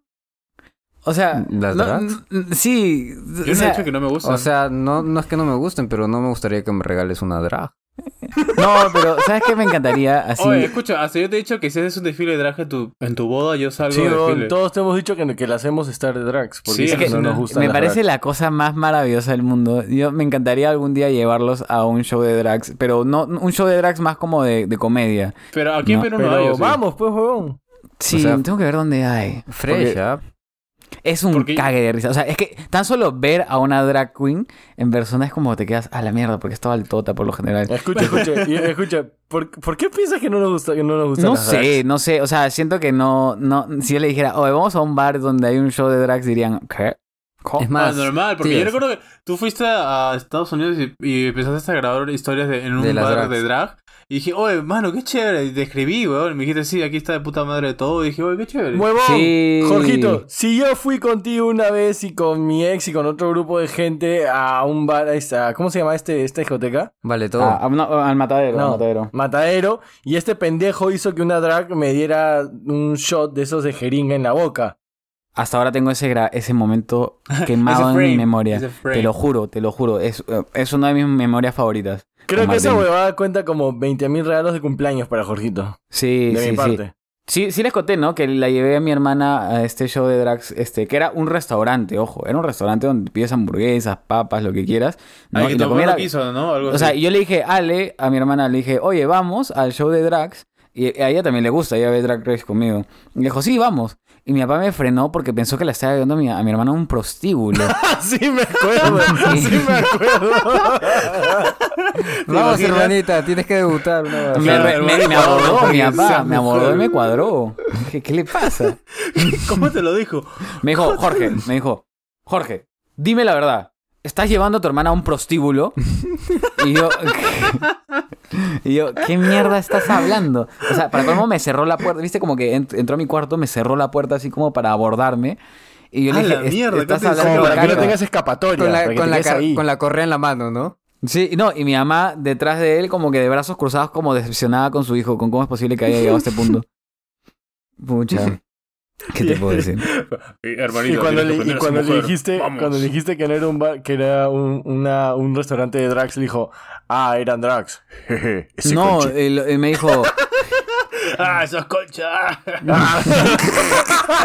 S1: O sea...
S4: ¿Las
S1: no-
S4: drags?
S1: n- Sí.
S3: Yo
S1: o
S3: no he
S1: sea,
S3: dicho que no me gusta.
S4: O sea, no, no es que no me gusten, pero no me gustaría que me regales una drag.
S1: No, pero ¿sabes qué me encantaría? Así...
S3: Oye, escucha, hasta yo te he dicho que si haces un desfile de drag en tu, en tu boda, yo salgo
S2: Sí,
S3: de
S2: huevón,
S3: desfile.
S2: todos te hemos dicho que, que la hacemos estar de drags,
S3: Sí,
S2: porque
S3: es
S2: eso
S3: que
S2: no nos
S3: me
S2: gusta.
S1: me parece la cosa más maravillosa del mundo. Yo me encantaría algún día llevarlos a un show de drags, pero no un show de drags más como de, de comedia.
S3: Pero aquí
S1: No,
S3: en Perú no,
S2: Pero
S3: hay. o sea.
S2: vamos, pues, huevón.
S1: Sí,
S4: sea-
S1: tengo que ver dónde hay.
S4: Fresh,
S1: Porque-
S4: ¿ah?
S1: Es un
S3: Porque-
S1: cague de risa. O sea, es que tan solo ver a una drag queen en persona es como te quedas a la mierda, porque es toda altota por lo general.
S2: Escucha, escucha, y- escucha. ¿Por, por qué piensas que no nos gusta, que no nos gusta
S1: No
S2: las drags?
S1: sé, no sé. O sea, siento que no, no. Si yo le dijera, oye, vamos a un bar donde hay un show de drags, dirían, ¿qué? ¿Cómo?".
S4: Es
S3: Ah,
S4: más,
S3: normal, porque yo
S4: tías.
S3: recuerdo que tú fuiste a Estados Unidos y, y empezaste a grabar historias de- en un
S4: De las
S3: bar
S4: drags.
S3: de drag Y dije, oye, mano, qué chévere. Y te escribí, weón. Y me dijiste, sí, aquí está de puta madre de todo. Y dije, oye, qué chévere.
S2: ¡Huevón!
S1: Sí.
S2: Jorgito, si yo fui contigo una vez y con mi ex y con otro grupo de gente a un bar, a esa- ¿cómo se llama este, esta discoteca?
S4: Vale todo.
S1: Ah, ah, no, al matadero, al
S2: No.
S1: matadero.
S2: Matadero, y este pendejo hizo que una drag me diera un shot de esos de jeringa en la boca.
S1: Hasta ahora tengo ese, gra- ese momento quemado
S3: Ese
S1: en mi
S3: frame,
S1: memoria.
S3: ese frame.
S1: Te lo juro, te lo juro. Es, eh, es una de mis memorias favoritas.
S2: Creo
S1: Con
S2: que esa
S1: Martín.
S2: huevada cuenta como 20 mil regalos de cumpleaños para Jorgito.
S1: Sí,
S2: de
S1: sí,
S2: mi
S1: sí.
S2: parte.
S1: Sí, sí les conté, ¿no? Que la llevé a mi hermana a este show de drags, este, que era un restaurante, ojo, era un restaurante donde pides hamburguesas, papas, lo que quieras. ¿no?
S3: Ay, que
S1: Y la
S3: tu
S1: comida
S3: papá no
S1: era-
S3: quiso, ¿no? Algo
S1: O sea,
S3: así.
S1: yo le dije, Ale, a mi hermana le dije, oye, vamos al show de drags. Y a ella también le gusta, ella ve Drag Race conmigo. Y le dijo, sí, vamos. Y mi papá me frenó porque pensó que la estaba llevando a mi, a mi hermana a un prostíbulo.
S2: sí me acuerdo, sí me acuerdo.
S4: Vamos,
S3: imaginas?
S4: hermanita, tienes que debutar. ¿no?
S1: me,
S3: Claro,
S1: re-
S3: el
S1: me-
S3: buen
S1: me
S3: cuadro,
S1: abordó mi
S3: esa
S1: papá, me
S3: mujer.
S1: abordó y me cuadró. Dije, ¿qué le pasa?
S3: ¿Cómo te lo dijo?
S1: Me dijo, Jorge, me dijo, Jorge, dime la verdad. ¿Estás llevando a tu hermana a un prostíbulo? Y yo, y yo, ¿qué mierda estás hablando? O sea, para cómo me cerró la puerta. Viste como que ent- entró a mi cuarto, me cerró la puerta así como para abordarme. Y yo
S3: ¡A
S1: le dije,
S3: la
S1: "Est-
S3: mierda!
S1: estás
S3: ¿Qué te
S1: hablando
S2: Como
S3: dijeron?
S1: de
S2: para que no
S1: caca".
S2: tengas escapatoria,
S4: Con
S2: para
S4: la,
S2: que te
S4: con, la
S2: quedes
S4: car-
S2: ahí.
S4: con la correa en la mano, ¿no?
S1: Sí, y no, y mi mamá detrás de él como que de brazos cruzados como decepcionada con su hijo, con cómo es posible que haya llegado a este punto. Pucha. ¿Qué te puedo decir?
S3: Eh,
S2: Y
S3: Hermanito,
S2: cuando,
S3: tienes
S2: le,
S3: que
S2: y
S3: aprender a
S2: cuando
S3: ser
S2: le
S3: mujer.
S2: dijiste,
S3: Vamos.
S2: cuando le dijiste que no era un bar, que era un, una- un restaurante de drags, le dijo, ah, eran drags. Jeje, ese
S1: No,
S2: conche-
S1: él, él me dijo,
S3: ¡Ah, sos concha!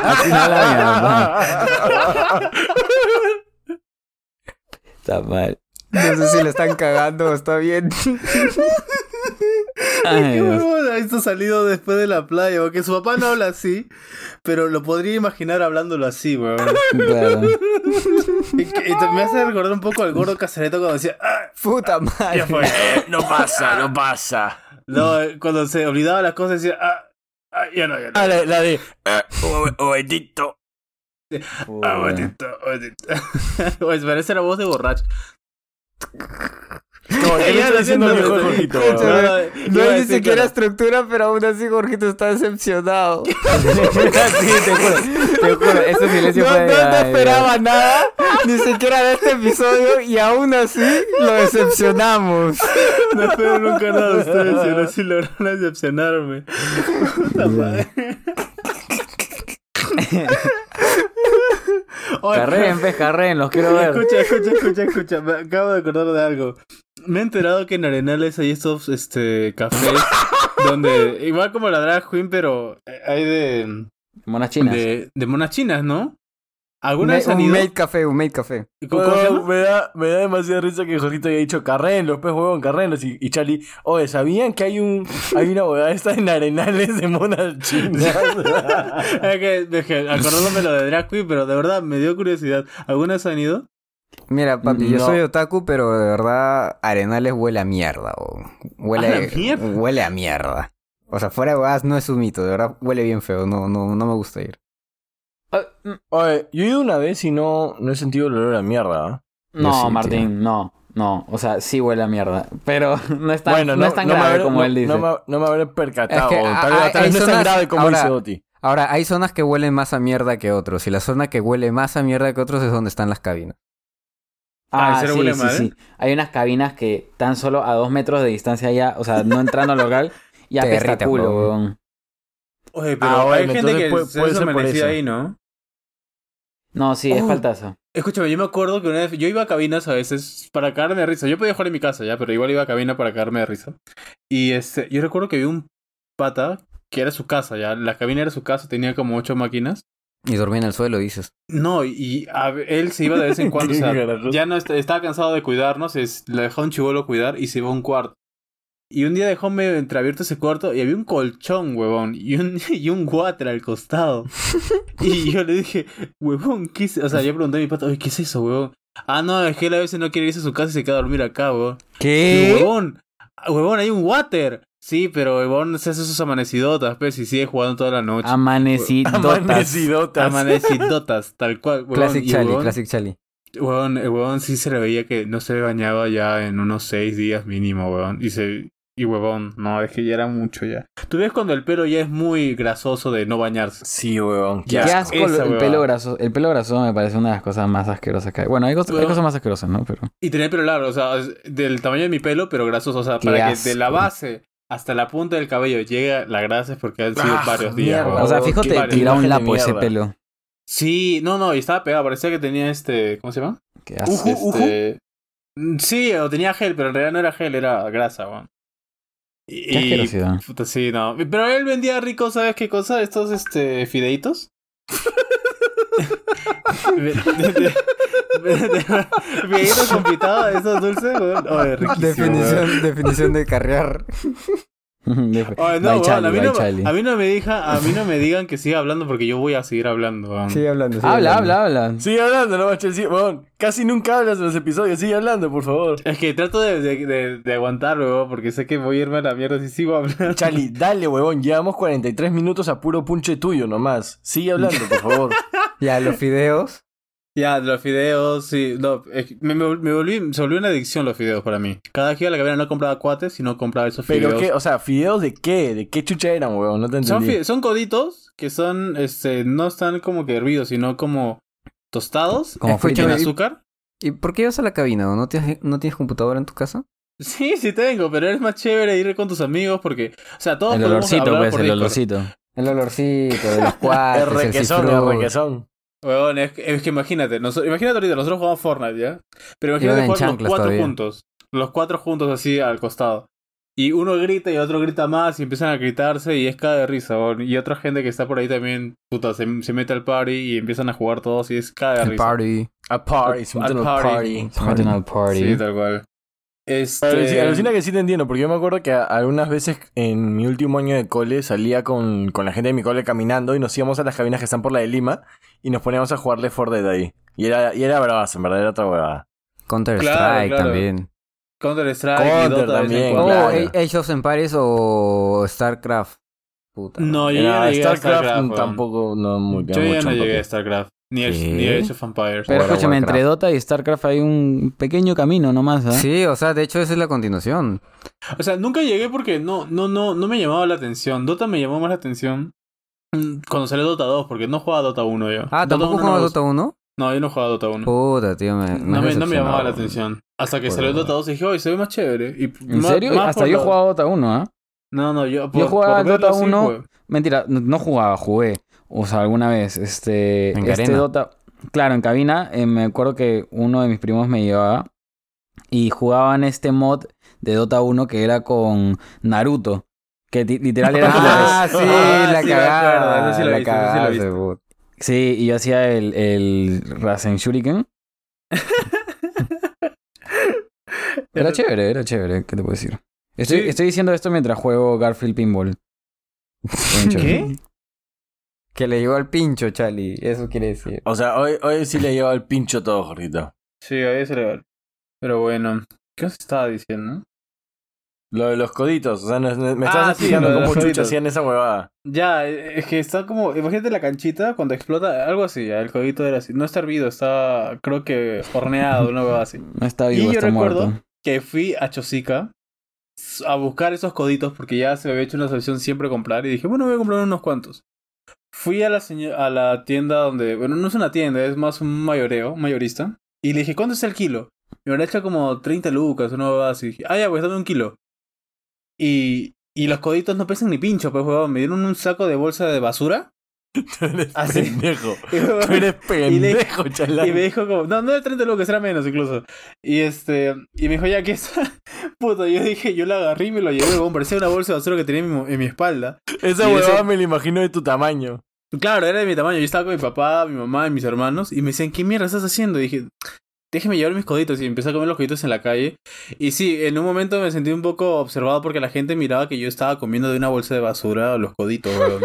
S1: así no habla mi mamá. Está mal.
S4: No sé si le están cagando o está bien.
S1: Ay,
S3: ¡Qué
S1: Dios.
S3: huevona! Esto ha salido después de la playa, porque su papá no habla así, pero lo podría imaginar hablándolo así, weón.
S1: Claro.
S3: Y que- y te- me hace recordar un poco al gordo casareto cuando decía, "Ah,
S4: Puta
S3: ya
S4: madre.
S3: fue.
S2: no pasa, no pasa.
S3: No, eh, cuando se olvidaba las cosas decía, ah, ah, ya no, ya no.
S2: Ah, la, la de, eh, un momentito.
S3: Ah, maldito, maldito. Pues parece la voz de borracho.
S2: No, ¿qué le está diciendo el viejo Jorgito?
S4: Puta,
S3: No, no,
S4: güey. No
S3: iba a
S4: hay ni
S3: decir,
S4: siquiera
S3: claro.
S4: estructura, pero aún así Jorgito está decepcionado.
S1: Sí, te juro. Te juro. Ese silencio
S4: no,
S1: fue...
S4: no, no
S1: ay, Dios.
S4: esperaba nada, ni siquiera de este episodio, y aún así lo decepcionamos.
S3: No espero nunca nada de ustedes, y ahora sí lograron decepcionarme. Puta madre. Oye,
S1: Carreen, pez, carreen. Los quiero ver.
S3: Escucha, escucha, escucha, escucha. Me acabo de acordar de algo. Me he enterado que en Arenales hay estos este, cafés donde, igual como la drag queen, pero eh, hay de,
S1: Monas chinas.
S3: de, de monas chinas, ¿no? ¿Alguna
S4: Me-
S3: vez han
S4: un
S3: ido?
S4: made café, un made café.
S3: ¿Cómo, cómo se
S2: Huevón,
S3: llama?
S2: me, da, me da demasiada risa que Jorgito haya dicho carrenlos, pues huevón, carrenlos. Y, y Charlie, oye, ¿sabían que hay un hay una huevada esta en arenales de monas chinas?
S3: Es que, dejé- acordándome lo de drag queen, pero de verdad me dio curiosidad. ¿Alguna vez han ido?
S4: Mira, papi, yo
S1: No.
S4: soy otaku, pero de verdad, Arenales huele a mierda, o
S3: ¿A la
S4: Huele,
S3: mierda?
S4: huele a mierda. O sea, fuera de huevas no es un mito, de verdad huele bien feo, no, no, no me gusta ir.
S1: Ah, mm,
S2: oye, yo he ido una vez y no, no he sentido el olor a mierda. ¿ah?
S1: No,
S4: Yo sí, tío.
S1: Martín, no. No, o sea, sí huele a mierda. Pero no es tan,
S2: bueno,
S1: no, es tan grave
S2: habré-
S1: como
S2: no-
S1: él dice.
S2: No me, no me habré percatado.
S4: Es que,
S2: tal
S4: ah,
S2: vez, tal vez
S4: hay
S2: no es tan
S4: zonas-
S2: grave como
S4: ahora-
S2: dice Oti.
S4: Ahora, hay zonas que huelen más a mierda que otros, y la zona que huele más a mierda que otros es donde están las cabinas.
S3: Ah,
S1: Ah,
S3: ¿en
S1: sí,
S3: serio huele
S1: sí,
S3: mal?
S1: sí. Hay unas cabinas que tan solo a dos metros de distancia ya, o sea, no entrando al local, ya
S4: Te
S1: apesta
S4: derritan,
S1: culo,
S4: huevón.
S1: weón.
S3: Oye, pero
S2: Ah,
S3: hay
S2: bueno,
S3: gente
S2: entonces
S3: que
S2: puede-
S3: se
S2: puede ser por
S3: deshumanecida
S2: eso.
S3: ahí, ¿no?
S1: No, sí, es
S3: Oh.
S1: faltazo.
S3: Escúchame, yo me acuerdo que una vez yo iba a cabinas a veces para cagarme de risa. Yo podía jugar en mi casa ya, pero igual iba a cabina para cagarme de risa. Y este, yo recuerdo que vi un pata que era su casa ya. La cabina era su casa, tenía como ocho máquinas.
S4: Y dormí en el suelo, dices.
S3: No, y a ve- él se iba de vez en cuando. o sea,
S2: Qué gracioso.
S3: ya no est- estaba cansado de cuidarnos, es, le dejó un chivolo cuidar y se iba a un cuarto. Y un día dejó medio entreabierto ese cuarto y había un colchón, huevón, y un, y un water al costado. y yo le dije, huevón, ¿qué es? O sea, yo pregunté a mi pato, oye, ¿qué es eso, huevón? Ah, no, es que él a veces no quiere irse a su casa y se queda a dormir acá, huevón. Y, Huevón, ah, huevón, hay un water. Sí, pero huevón se hace sus amanecidotas, pues, y sigue jugando toda la noche.
S1: Amanecidotas.
S2: Amanecidotas.
S3: Amanecidotas, tal cual. huevón.
S4: Classic
S3: Y,
S4: Chali,
S3: huevón,
S4: Classic Chali.
S3: Weón, el weón sí se le veía que no se bañaba ya en unos seis días mínimo, weón. Y se, y huevón. No, es que ya era mucho ya. Tú ves cuando el pelo ya es muy grasoso de no bañarse.
S2: Sí, huevón.
S1: Qué
S2: Qué
S1: asco,
S2: asco.
S3: esa
S1: el
S3: huevada.
S1: pelo grasoso. El pelo grasoso me parece una de las cosas más asquerosas que hay. Bueno, hay, cosas- hay
S3: Huevón.
S1: cosas más asquerosas, ¿no? Pero.
S3: Y tenía el pelo largo, o sea, es del tamaño de mi pelo, pero grasoso. O sea,
S1: Qué
S3: para
S1: asco.
S3: que de la base hasta la punta del cabello llegue la grasa es porque han sido
S2: Ah,
S3: varios días.
S2: mierda,
S3: huevón.
S1: O sea,
S2: huevón,
S1: fíjate,
S3: qué
S1: tira un
S2: imagen de
S1: lapo ese
S2: mierda.
S1: pelo.
S3: Sí, no, no, y estaba pegado. Parecía que tenía este. ¿Cómo se llama?
S1: Qué asco.
S2: Ujú, ujú.
S3: Este, mm, Sí, o tenía gel, pero en realidad no era gel, era grasa, weón. Y,
S1: Qué asquerosidad.
S3: puta, sí, no. Pero él vendía rico, ¿sabes qué cosa? Estos este fideitos. Ve- de- de- de- de- Fideitos con pitado, esos dulces, weón. Oye, riquísimo, weón.
S4: Definición, definición de carrear.
S3: Oye, no,
S1: Bye,
S3: weón,
S1: Charlie,
S3: a, mí
S1: bye,
S3: no,
S1: Charlie.
S3: a mí no me diga, a mí no me digan que siga hablando porque yo voy a seguir hablando, weón.
S4: Sigue hablando. sigue
S1: Habla,
S4: hablando.
S1: habla, habla.
S2: Sigue hablando, no, Chelsea. Huevón, casi nunca hablas en los episodios. Sigue hablando, por favor.
S3: Es que trato de, de, de- de aguantar, weón, porque sé que voy a irme a la mierda si sigo hablando.
S2: Charlie, dale, huevón. Llevamos 43 minutos a puro punche tuyo nomás. Sigue hablando, por favor.
S4: Ya, los fideos.
S3: Ya, los fideos, sí. No, es que me, me- me volví, se volvió una adicción los fideos para mí. Cada vez que iba a la cabina no compraba cuates, sino compraba esos
S2: Pero
S3: fideos.
S2: qué, o sea, fideos de qué? ¿De qué chucha eran, huevón? No te
S3: son,
S2: entendí.
S3: fide- son coditos que son, este, no están como que hervidos, sino como tostados
S1: Como
S4: Escúchame,
S3: en
S1: fritas.
S4: y-
S3: azúcar.
S4: ¿Y por qué ibas a la cabina? ¿O ¿No tienes, no tienes computadora en tu casa?
S3: Sí, sí tengo, pero es más chévere ir con tus amigos porque, o sea, todos
S1: El
S3: podemos
S1: olorcito,
S3: hablar
S1: pues,
S3: por
S1: el
S3: Discord.
S1: olorcito.
S4: El olorcito de los
S2: El
S4: cuates, el
S2: requesón, el
S4: cifrón.
S2: requesón.
S3: Weón, es, que- es que imagínate, noso- imagínate ahorita, nosotros jugamos Fortnite, ¿ya? Pero
S4: Iban
S3: imagínate
S4: en
S3: jugar los
S4: chanclas
S3: cuatro
S4: todavía.
S3: juntos. Los cuatro juntos así al costado. Y uno grita y otro grita más y empiezan a gritarse y es cada de risa, weón. Y otra gente que está por ahí también, puta, se, se mete al party y empiezan a jugar todos y es cada de
S4: El
S3: risa.
S4: party.
S2: A party, se
S3: A
S2: meten al
S3: party.
S2: party.
S1: Se meten al party.
S3: Sí, tal cual.
S2: Alucina, alucina
S3: Este...
S2: que sí te entiendo, porque yo me acuerdo que a- algunas veces en mi último año de cole salía con, con la gente de mi cole caminando y nos íbamos a las cabinas que están por la de Lima y nos poníamos a jugarle For Dead ahí. Y era, y era bravazo, en verdad, era otra huevada.
S4: Counter Strike
S3: Claro, claro.
S4: también.
S3: Counter Strike
S2: Counter
S3: y Dota de vez en
S2: también,
S3: cuando.
S2: claro.
S4: Oh, A- Age of Empires o StarCraft. Puta.
S3: No, yo ya
S2: Era
S3: no llegué
S2: StarCraft,
S3: a StarCraft.
S2: mm,
S3: weón.
S2: tampoco, no muy
S3: Yo ya
S2: mucho,
S3: no llegué
S2: porque-
S3: a StarCraft. Ni, el,
S4: ¿Qué?
S3: ni Age of Empires.
S1: Pero
S4: World of
S1: escúchame,
S4: Warcraft.
S1: entre Dota y StarCraft hay un pequeño camino nomás, ¿ah?
S4: Sí, o sea, de hecho esa es la continuación.
S3: O sea, nunca llegué porque no, no, no, no me llamaba la atención. Dota me llamó más la atención mm, cuando salió Dota 2, porque no jugaba Dota 1 yo.
S4: Ah,
S3: Dota
S4: ¿tampoco
S3: 1
S4: jugaba
S3: no,
S4: Dota 1?
S3: No, yo no jugaba Dota 1.
S4: Puta, tío, me, me
S3: no,
S4: has
S3: me, no me
S4: decepcionado.
S3: llamaba la atención. Hasta que
S4: Por
S3: salió
S4: nada.
S3: Dota 2 y dije, oye, se ve más chévere. Y
S1: ¿En
S3: más-
S1: serio?
S3: más
S1: Hasta
S3: por
S1: yo
S3: lo-
S1: jugaba Dota 1, ¿ah?
S3: No, no, yo. por-
S1: jugaba
S3: por verlo
S1: Dota
S3: sí
S1: 1.
S3: jugué.
S1: Mentira, no, no jugaba, jugué. O sea, alguna vez. Este,
S4: En
S1: este
S4: arena.
S1: Dota. Claro, en cabina. eh, me acuerdo que uno de mis primos me llevaba. Y jugaban este mod de Dota 1 que era con Naruto. Que ti- literal era como.
S4: Ah, sí,
S3: Ah,
S4: la
S3: sí, me acuerdo,
S4: cagada.
S3: eso sí lo viste, eso
S4: la
S3: sí lo
S4: cagada,
S3: viste.
S4: puta.
S1: Sí, y yo hacía el, el Rasen Shuriken. era chévere, era chévere, ¿qué te puedo decir? Estoy,
S3: Sí.
S1: estoy diciendo esto mientras juego Garfield Pinball. Muy chévere.
S3: ¿Qué?
S4: Que le llegó al pincho, Chali. Eso quiere decir.
S2: O sea, hoy, hoy sí le llevaba el pincho todo, Jorgito.
S3: Sí, ahí se le Pero bueno, ¿qué os estaba diciendo?
S2: Lo de los coditos, o sea, no- no- me estás
S3: Ah, sí,
S2: explicando
S3: lo de los
S2: cómo chucha
S3: coditos.
S2: hacían esa huevada.
S3: Ya, eh, es que está como. Imagínate la canchita cuando explota, algo así. ya, El codito era así. No está hervido, está, creo que, horneado, una huevada así.
S1: No está vivo,
S3: Y yo
S1: está
S3: recuerdo-
S1: muerto.
S3: que fui a Chosica a buscar esos coditos porque ya se me había hecho una solución siempre comprar y dije, bueno, voy a comprar unos cuantos. Fui a la, seño- a la tienda donde, bueno, no es una tienda, es más un mayoreo, un mayorista. Y le dije, ¿cuánto es el kilo? Me habrá hecho como 30 lucas, una huevada así. Dije, Ah, ya, pues dame un kilo. Y, y los coditos no pesan ni pincho, pues, huevón. Me dieron un saco de bolsa de basura.
S2: Tú eres
S3: Así.
S2: pendejo.
S3: Y,
S2: Tú
S3: huevón,
S2: Ah, eres
S3: le-
S2: pendejo, chalán.
S3: y me dijo como, no, no era 30 lucas, era menos incluso. Y este, y me dijo, ya que está. Puto, yo dije, yo la agarré y me lo llevé, weón. Parecía una bolsa de basura que tenía en mi, mo- en mi espalda.
S2: Esa
S3: y
S2: huevada
S3: ese-
S2: me la imagino de tu tamaño.
S3: Claro, era de mi tamaño. Yo estaba con mi papá, mi mamá y mis hermanos. Y me decían, ¿qué mierda estás haciendo? Y dije, déjeme llevar mis coditos. Y empecé a comer los coditos en la calle. Y sí, en un momento me sentí un poco observado porque la gente miraba que yo estaba comiendo de una bolsa de basura los coditos, weón.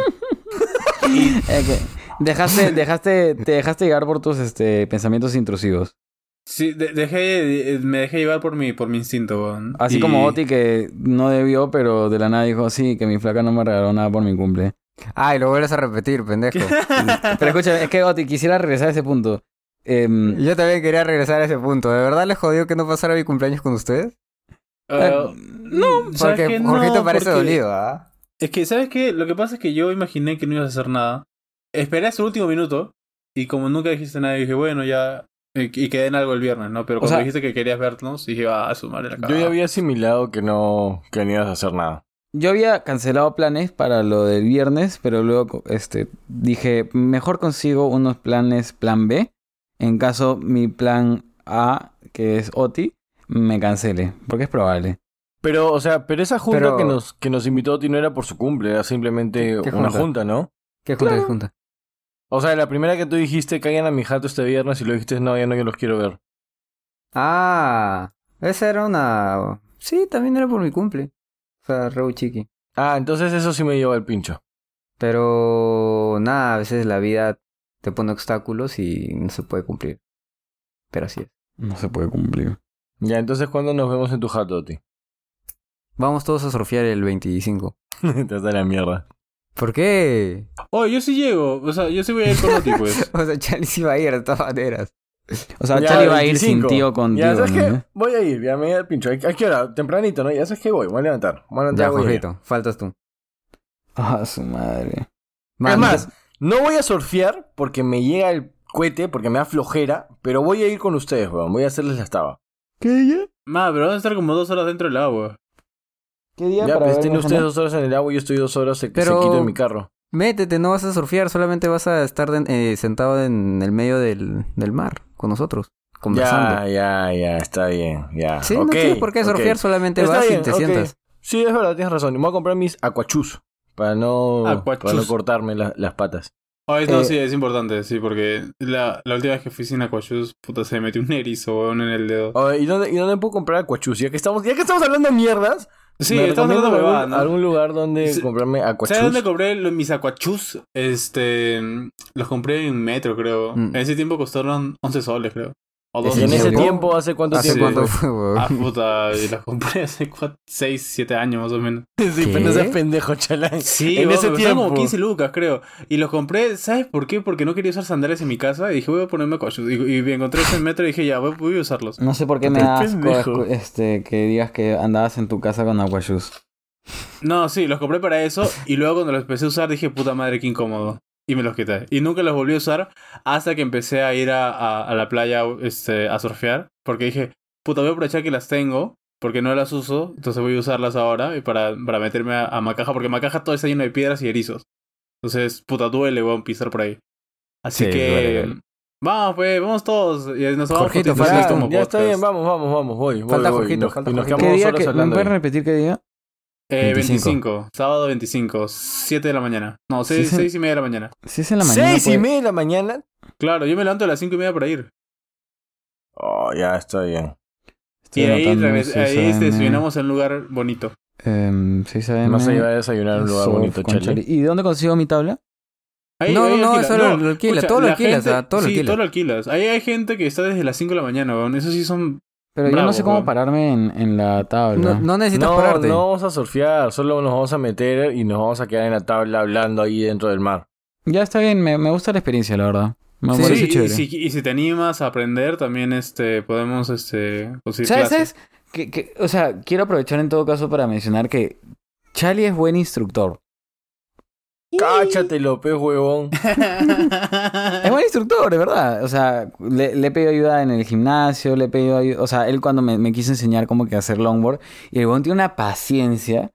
S1: Eh, que dejaste, dejaste, te dejaste llegar por tus este, pensamientos intrusivos.
S3: Sí, de- dejé, eh, me dejé llevar por mi, por mi instinto, weón.
S1: Así
S3: Y-
S1: como Oti que no debió, pero de la nada dijo, sí, que mi flaca no me regaló nada por mi cumple.
S4: Ay, lo vuelves a repetir, pendejo.
S1: Pero escúchame, es que Oti, quisiera regresar a ese punto. Em,
S4: Yo también quería regresar a ese punto. ¿De verdad les jodió que no pasara mi cumpleaños con ustedes?
S2: Eh,
S3: Ah, no,
S2: mm,
S3: ¿sabes
S4: Porque
S3: qué? No,
S4: Jorgito parece
S3: porque-
S4: dolido, ¿ah?
S3: Es que, ¿sabes qué? Lo que pasa es que yo imaginé que no ibas a hacer nada. Esperé hasta el último minuto y como nunca dijiste nada, dije, bueno, ya... Y y quedé en algo el viernes, ¿no? Pero
S2: O
S3: cuando
S2: sea-
S3: dijiste que querías vernos, dije, ah, a su madre la
S2: Yo
S3: cagada.
S2: ya había asimilado que no, que no ibas a hacer nada.
S1: Yo había cancelado planes para lo del viernes, pero luego este, dije, mejor consigo unos planes plan B. En caso mi plan A, que es OTI, me cancele, porque es probable.
S2: Pero, o sea, pero esa junta
S4: Pero-
S2: que nos, que nos invitó Tino era por su cumple, era simplemente
S4: ¿Qué- qué
S2: una
S4: junta?
S2: junta, ¿no?
S4: ¿Qué junta, qué junta?
S2: O sea, la primera que tú dijiste, caigan a mi jato este viernes y lo dijiste, no, ya no, yo los quiero ver.
S4: Ah, esa era una... Sí, también era por mi cumple. O sea, Reu Chiqui.
S2: Ah, entonces eso sí me lleva al pincho.
S4: Pero nada, a veces la vida te pone obstáculos y no se puede cumplir. Pero así es.
S1: No se puede cumplir.
S2: Ya, entonces, ¿cuándo nos vemos en tu jato, Ti?
S4: Vamos todos a surfear el 25.
S2: Te da la mierda.
S4: ¿Por qué?
S3: Oh, yo sí llego. O sea, yo sí voy a ir con Oti, pues.
S4: O sea, Charlie sí va a ir de todas maneras.
S1: O sea,
S2: Ya,
S1: Charlie va a ir sin
S2: 25.
S1: tío contigo.
S2: ya, ¿sabes
S1: ¿no?
S2: qué? Voy a ir, ya me da el pincho. ¿A a qué hora? Tempranito, ¿no? Ya sabes que voy, voy a levantar. Voy a levantar
S4: Ya,
S2: voy a ir.
S4: Jorgito, faltas tú.
S1: Ah, su madre.
S2: Es
S4: Mano.
S2: más, no voy a surfear porque me llega el cohete, porque me da flojera, pero voy a ir con ustedes, weón. Voy a hacerles la estaba.
S1: ¿Qué día?
S3: Ma, pero van a estar como dos horas dentro del agua.
S1: ¿Qué día
S2: Ya,
S1: para
S2: pues
S1: vernos,
S2: tienen ustedes
S1: no?
S2: dos horas en el agua y yo estoy dos horas se, se
S4: Pero-
S2: quito en mi carro.
S4: Métete, no vas a surfear, solamente vas a estar de- eh, sentado en el medio del, del mar con nosotros, conversando.
S2: Ya, ya, ya, está bien, ya.
S4: Sí, no tienes por qué surfear, solamente vas y te sientas.
S2: Sí, es verdad, tienes razón. Me voy a comprar mis acuachus para no,
S3: Aquachús.
S2: para no cortarme la- las patas.
S3: Oh, es- no,
S4: Eh,
S3: sí, es importante, sí, porque la, la última vez que fui sin Aquashus, puta, se me metió un erizo, weón, en el dedo.
S2: Oye, ¿y, dónde, ¿Y dónde puedo comprar acuachus? Ya que estamos, ya que estamos hablando de mierdas,
S3: sí,
S2: me
S3: estamos
S2: recomiendan
S3: hablando de
S2: algún,
S3: huevada, ¿no?
S2: algún lugar donde
S3: Sí.
S2: comprarme acuachus.
S3: ¿Sabes dónde compré lo- mis Aquachus? Este. Los compré en Metro, creo.
S4: Mm.
S3: En ese tiempo costaron 11 soles, creo. O
S4: ¿Es
S2: Y en
S3: 12
S2: ese
S4: ¿En serio?
S2: tiempo, ¿hace cuánto
S3: Hace
S4: ¿Hace
S2: tiempo?
S4: cuánto fue, weón?
S3: Ah, puta, y las compré hace 6, 7 años más o menos.
S2: Sí, pero no
S4: ¿Qué?
S2: seas pendejo, chalán.
S3: Sí,
S2: en ese tiempo.
S3: como 15 lucas, creo. Y los compré, ¿sabes por qué? Porque no quería usar sandales en mi casa y dije, voy a ponerme Aquachus. Y, y me encontré eso en Metro y dije, ya, voy, voy a usarlos.
S1: No sé por qué me
S2: Qué
S1: da asco
S2: pendejo.
S1: escu- este, que digas que andabas en tu casa con aguayús.
S3: No, sí, los compré para eso y luego cuando los empecé a usar dije, puta madre, qué incómodo. Y me los quité. Y nunca los volví a usar hasta que empecé a ir a, a- a la playa este, a surfear. Porque dije, puta, voy a aprovechar que las tengo porque no las uso. Entonces voy a usarlas ahora y para, para meterme a, a Macaja. Porque Macaja todo está lleno de piedras y erizos. Entonces, puta, duele, weón, pisar por ahí. Así
S1: Sí,
S3: que...
S1: duele, duele.
S3: Vamos, pues, vamos todos. Y nos vamos
S4: Jorgito,
S3: cotizados
S2: Ya,
S4: falta-
S3: como
S2: ya está
S3: podcast.
S2: bien, vamos, vamos, vamos, voy. voy,
S4: Falta
S2: voy.
S4: Jorgito,
S2: Nos-
S4: falta
S2: y nos
S4: Jorgito.
S1: ¿Qué
S2: quedamos
S1: día
S2: horas
S1: que, ¿Me
S2: hablando
S1: puedes
S2: ahí.
S1: repetir qué día?
S3: Eh,
S1: 25.
S3: 25, sábado 25, 7 de la mañana. No, 6,
S1: Sí, sí.
S3: y media de la mañana.
S1: Si es en la mañana. pues.
S2: ¿Seis y
S1: puede-
S2: media de la mañana?
S3: Claro, yo me levanto a las 5 y media para ir.
S2: Oh, ya está bien.
S1: Estoy
S3: y ahí,
S1: anotando
S3: regres-
S1: 6
S2: este,
S3: ahí
S1: AM.
S3: desayunamos en un lugar bonito.
S1: Em, 6 AM.
S2: Nos vas a llevar a desayunar a un lugar
S1: surf
S2: bonito,
S1: con
S2: Charlie.
S1: ¿Y dónde consigo mi tabla?
S3: Ahí-
S4: No,
S3: ahí
S4: no, no,
S3: alquilas.
S4: eso lo- lo alquila, todo lo
S3: la
S4: alquilas,
S3: gente-
S4: ah, todo lo
S3: sí,
S4: alquilas.
S3: todo lo alquilas. Ahí hay gente que está desde las 5 de la mañana, weón. Eso sí son...
S1: Pero yo
S3: Bravo,
S1: no sé cómo
S3: weón.
S1: pararme en, en la tabla.
S4: No, no necesitas
S2: No,
S4: pararte.
S2: no vamos a surfear, solo nos vamos a meter y nos vamos a quedar en la tabla hablando ahí dentro del mar.
S1: Ya está bien, me, me gusta la experiencia, la verdad. Me
S4: Sí,
S1: parece
S3: Sí, y,
S1: chévere.
S3: si, y si te animas a aprender, también este podemos este, conseguir
S1: ¿Sabes?
S3: clases.
S1: ¿Sabes? Que, que- o sea, quiero aprovechar en todo caso para mencionar que Charlie es buen instructor.
S2: Cáchate, López, huevón.
S1: Es buen instructor, de verdad. O sea, le, le he pedido ayuda en el gimnasio, le he pedido ayuda. O sea, él cuando me, me quiso enseñar cómo que hacer longboard, y el weón tiene una paciencia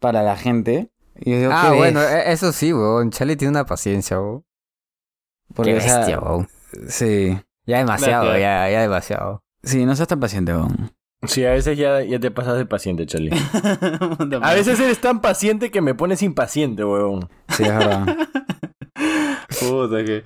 S1: para la gente. Y yo digo,
S4: Ah,
S1: "¿Qué
S4: bueno,
S1: ves?".
S4: e- eso sí, weón. Charlie tiene una paciencia, weón.
S1: Porque,
S4: Qué
S1: o sea,
S4: bestia, weón.
S1: sí.
S4: Ya demasiado,
S3: Gracias.
S4: ya, ya demasiado.
S1: Sí, no seas tan paciente, weón.
S2: Sí, a veces ya, ya te pasas de paciente, Charlie.
S3: Puta
S2: A
S3: madre.
S2: veces eres tan paciente que me pones impaciente, huevón.
S1: Sí, es verdad.
S3: Puta que...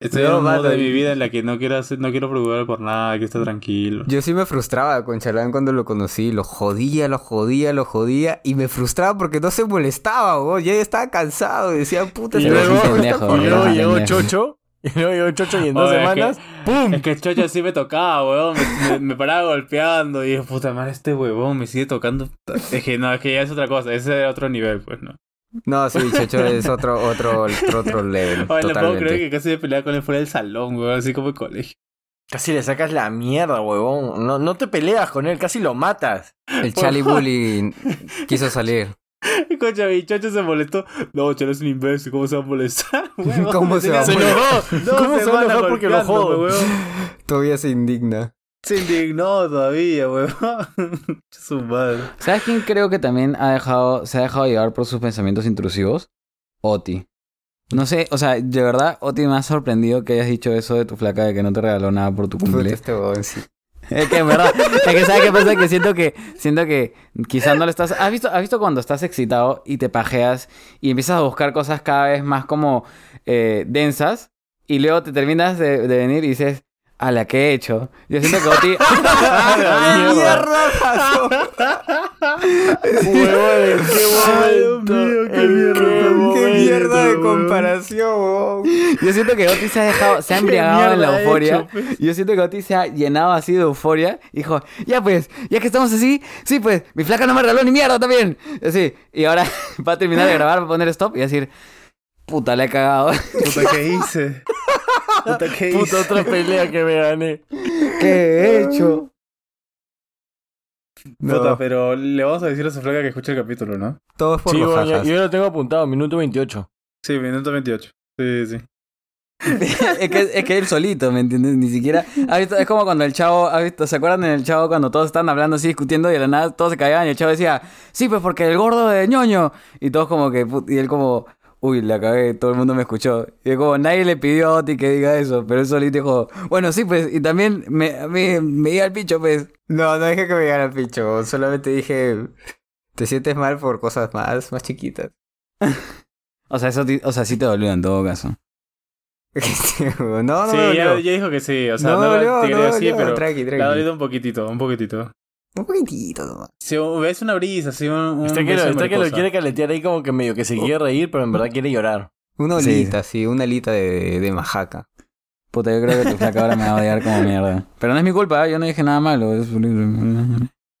S3: Estoy
S4: No,
S3: en un modo
S4: mata.
S3: de mi vida en la que no quiero, hacer, no quiero preocuparme por nada, que está tranquilo.
S4: Yo sí me frustraba con Chalán cuando lo conocí. Lo jodía, lo jodía, lo jodía. Y me frustraba porque no se molestaba, weón. Ya estaba cansado. y Decía, puta, este
S2: Y
S4: se me
S2: luego-
S1: pendejo,
S2: Y luego
S1: Ajá,
S2: llegó
S1: pendejo.
S2: Chocho, y luego llegó Chocho y en dos
S3: Oye, es
S2: semanas,
S3: Es
S2: ¡pum!
S3: que Chocha sí me tocaba, weón. Me, me- me paraba golpeando y dije, puta madre, este huevón me sigue tocando. Es que no, es que ya es otra cosa, ese es otro nivel, pues, ¿no?
S4: No, sí, Chocho es otro, otro, otro, otro level.
S3: Oye, le puedo
S4: totalmente.
S3: creer que casi me peleaba con él fuera del salón, weón, así como el colegio.
S2: Casi le sacas la mierda, huevón. No, no te peleas con él, casi lo matas.
S4: El Charlie Bully quiso salir.
S3: Cocha, mi chacho se molestó. No, Chelo es un imbécil, ¿cómo se va a molestar? huevón?
S4: ¿Cómo se va a
S3: Se enojó. Dos
S2: ¿Cómo se va a
S3: semanas
S2: enojar porque lo
S3: golpeándome,
S2: jodo?
S3: huevón.
S4: Todavía se indigna.
S3: Se indignó todavía, huevón. Su madre.
S1: ¿Sabes quién creo que también ha dejado, se ha dejado llevar por sus pensamientos intrusivos? Oti. No sé, o sea, de verdad, Oti, me ha sorprendido que hayas dicho eso de tu flaca de que no te regaló nada por tu
S4: Puta,
S1: cumple.
S4: este huevón, sí.
S1: Es que, en verdad, es que ¿sabes qué pasa? Que siento que, siento que quizás no le estás... ¿Has visto, ¿Has visto cuando estás excitado y te pajeas y empiezas a buscar cosas cada vez más como eh, densas y luego te terminas de, de venir y dices, a la que he hecho? Yo siento que Oti...
S3: ¡Ah, la mierda! ¡Huevón! ¡Qué momento!
S2: mío, qué
S3: ¿En
S2: mierda,
S3: qué
S4: este ¡Qué mierda de
S3: momento,
S4: comparación, huevón!
S1: Yo siento que Oti se ha dejado, se ha embriagado en
S3: mierda
S1: la
S3: ha
S1: euforia.
S3: hecho, pues?
S1: Yo siento que Oti se ha llenado así de euforia. Y dijo, ya pues, ya que estamos así, sí pues, mi flaca no me regaló ni mierda también. Así, y ahora va a terminar de grabar, va a poner stop y va a decir, puta, le he cagado.
S3: Puta, ¿qué hice? Puta, ¿qué hice?
S2: Puta otra pelea que me gané.
S1: ¿Qué he hecho?
S3: Puta,
S4: No,
S3: pero le vamos a decir a su flaca que escuche el capítulo, ¿no?
S4: todo es por
S2: Sí,
S4: los
S2: huevón, yo,
S4: jajas.
S2: yo lo tengo apuntado, minuto 28.
S3: Sí, minuto 28. Sí, sí.
S1: es, que, es que él solito, ¿me entiendes? Ni siquiera... ¿has visto? Es como cuando el chavo, ¿has visto? ¿se acuerdan en el chavo cuando todos estaban hablando así, discutiendo y de la nada todos se callaban y el chavo decía, sí pues porque el gordo de ñoño. Y todos como que... put- Y él como... Uy, la cagué, todo el mundo me escuchó. Y es como, nadie le pidió a Oti que diga eso, pero él solito dijo, bueno, sí, pues, y también me, a mí me iba al picho, pues.
S4: No, no dije que me llegara al picho, huevón. solamente dije... Te sientes mal por cosas más, más chiquitas.
S1: O sea, eso, ti- o sea, sí te dolió en todo caso.
S4: Sí, Este, huevón.
S2: Ah,
S4: no, no
S3: sí,
S4: me
S3: ya,
S4: dolió.
S3: ya dijo que sí. O sea,
S4: no
S3: no,
S4: me
S3: lo
S4: dolió,
S3: te
S4: no
S3: quería
S4: me
S3: decir,
S4: dolió.
S3: pero le
S4: Tranqui,
S3: ha
S4: tranqui.
S3: dolido un poquitito, un poquitito.
S4: Un poquitito nomás.
S3: Sí, un- es una brisa, sí, un, Ah, un
S2: Está que,
S3: beso
S2: lo,
S3: de
S2: está que lo
S3: mariposa.
S2: quiere caletear ahí como que medio que se quiere reír, pero en verdad quiere llorar.
S4: Una
S1: Sí.
S4: alita, sí, una alita de, de majaca.
S1: Puta, yo creo que tu flaca ahora me va a odiar como mierda. Pero no es mi culpa, ¿eh? yo no dije nada malo. es-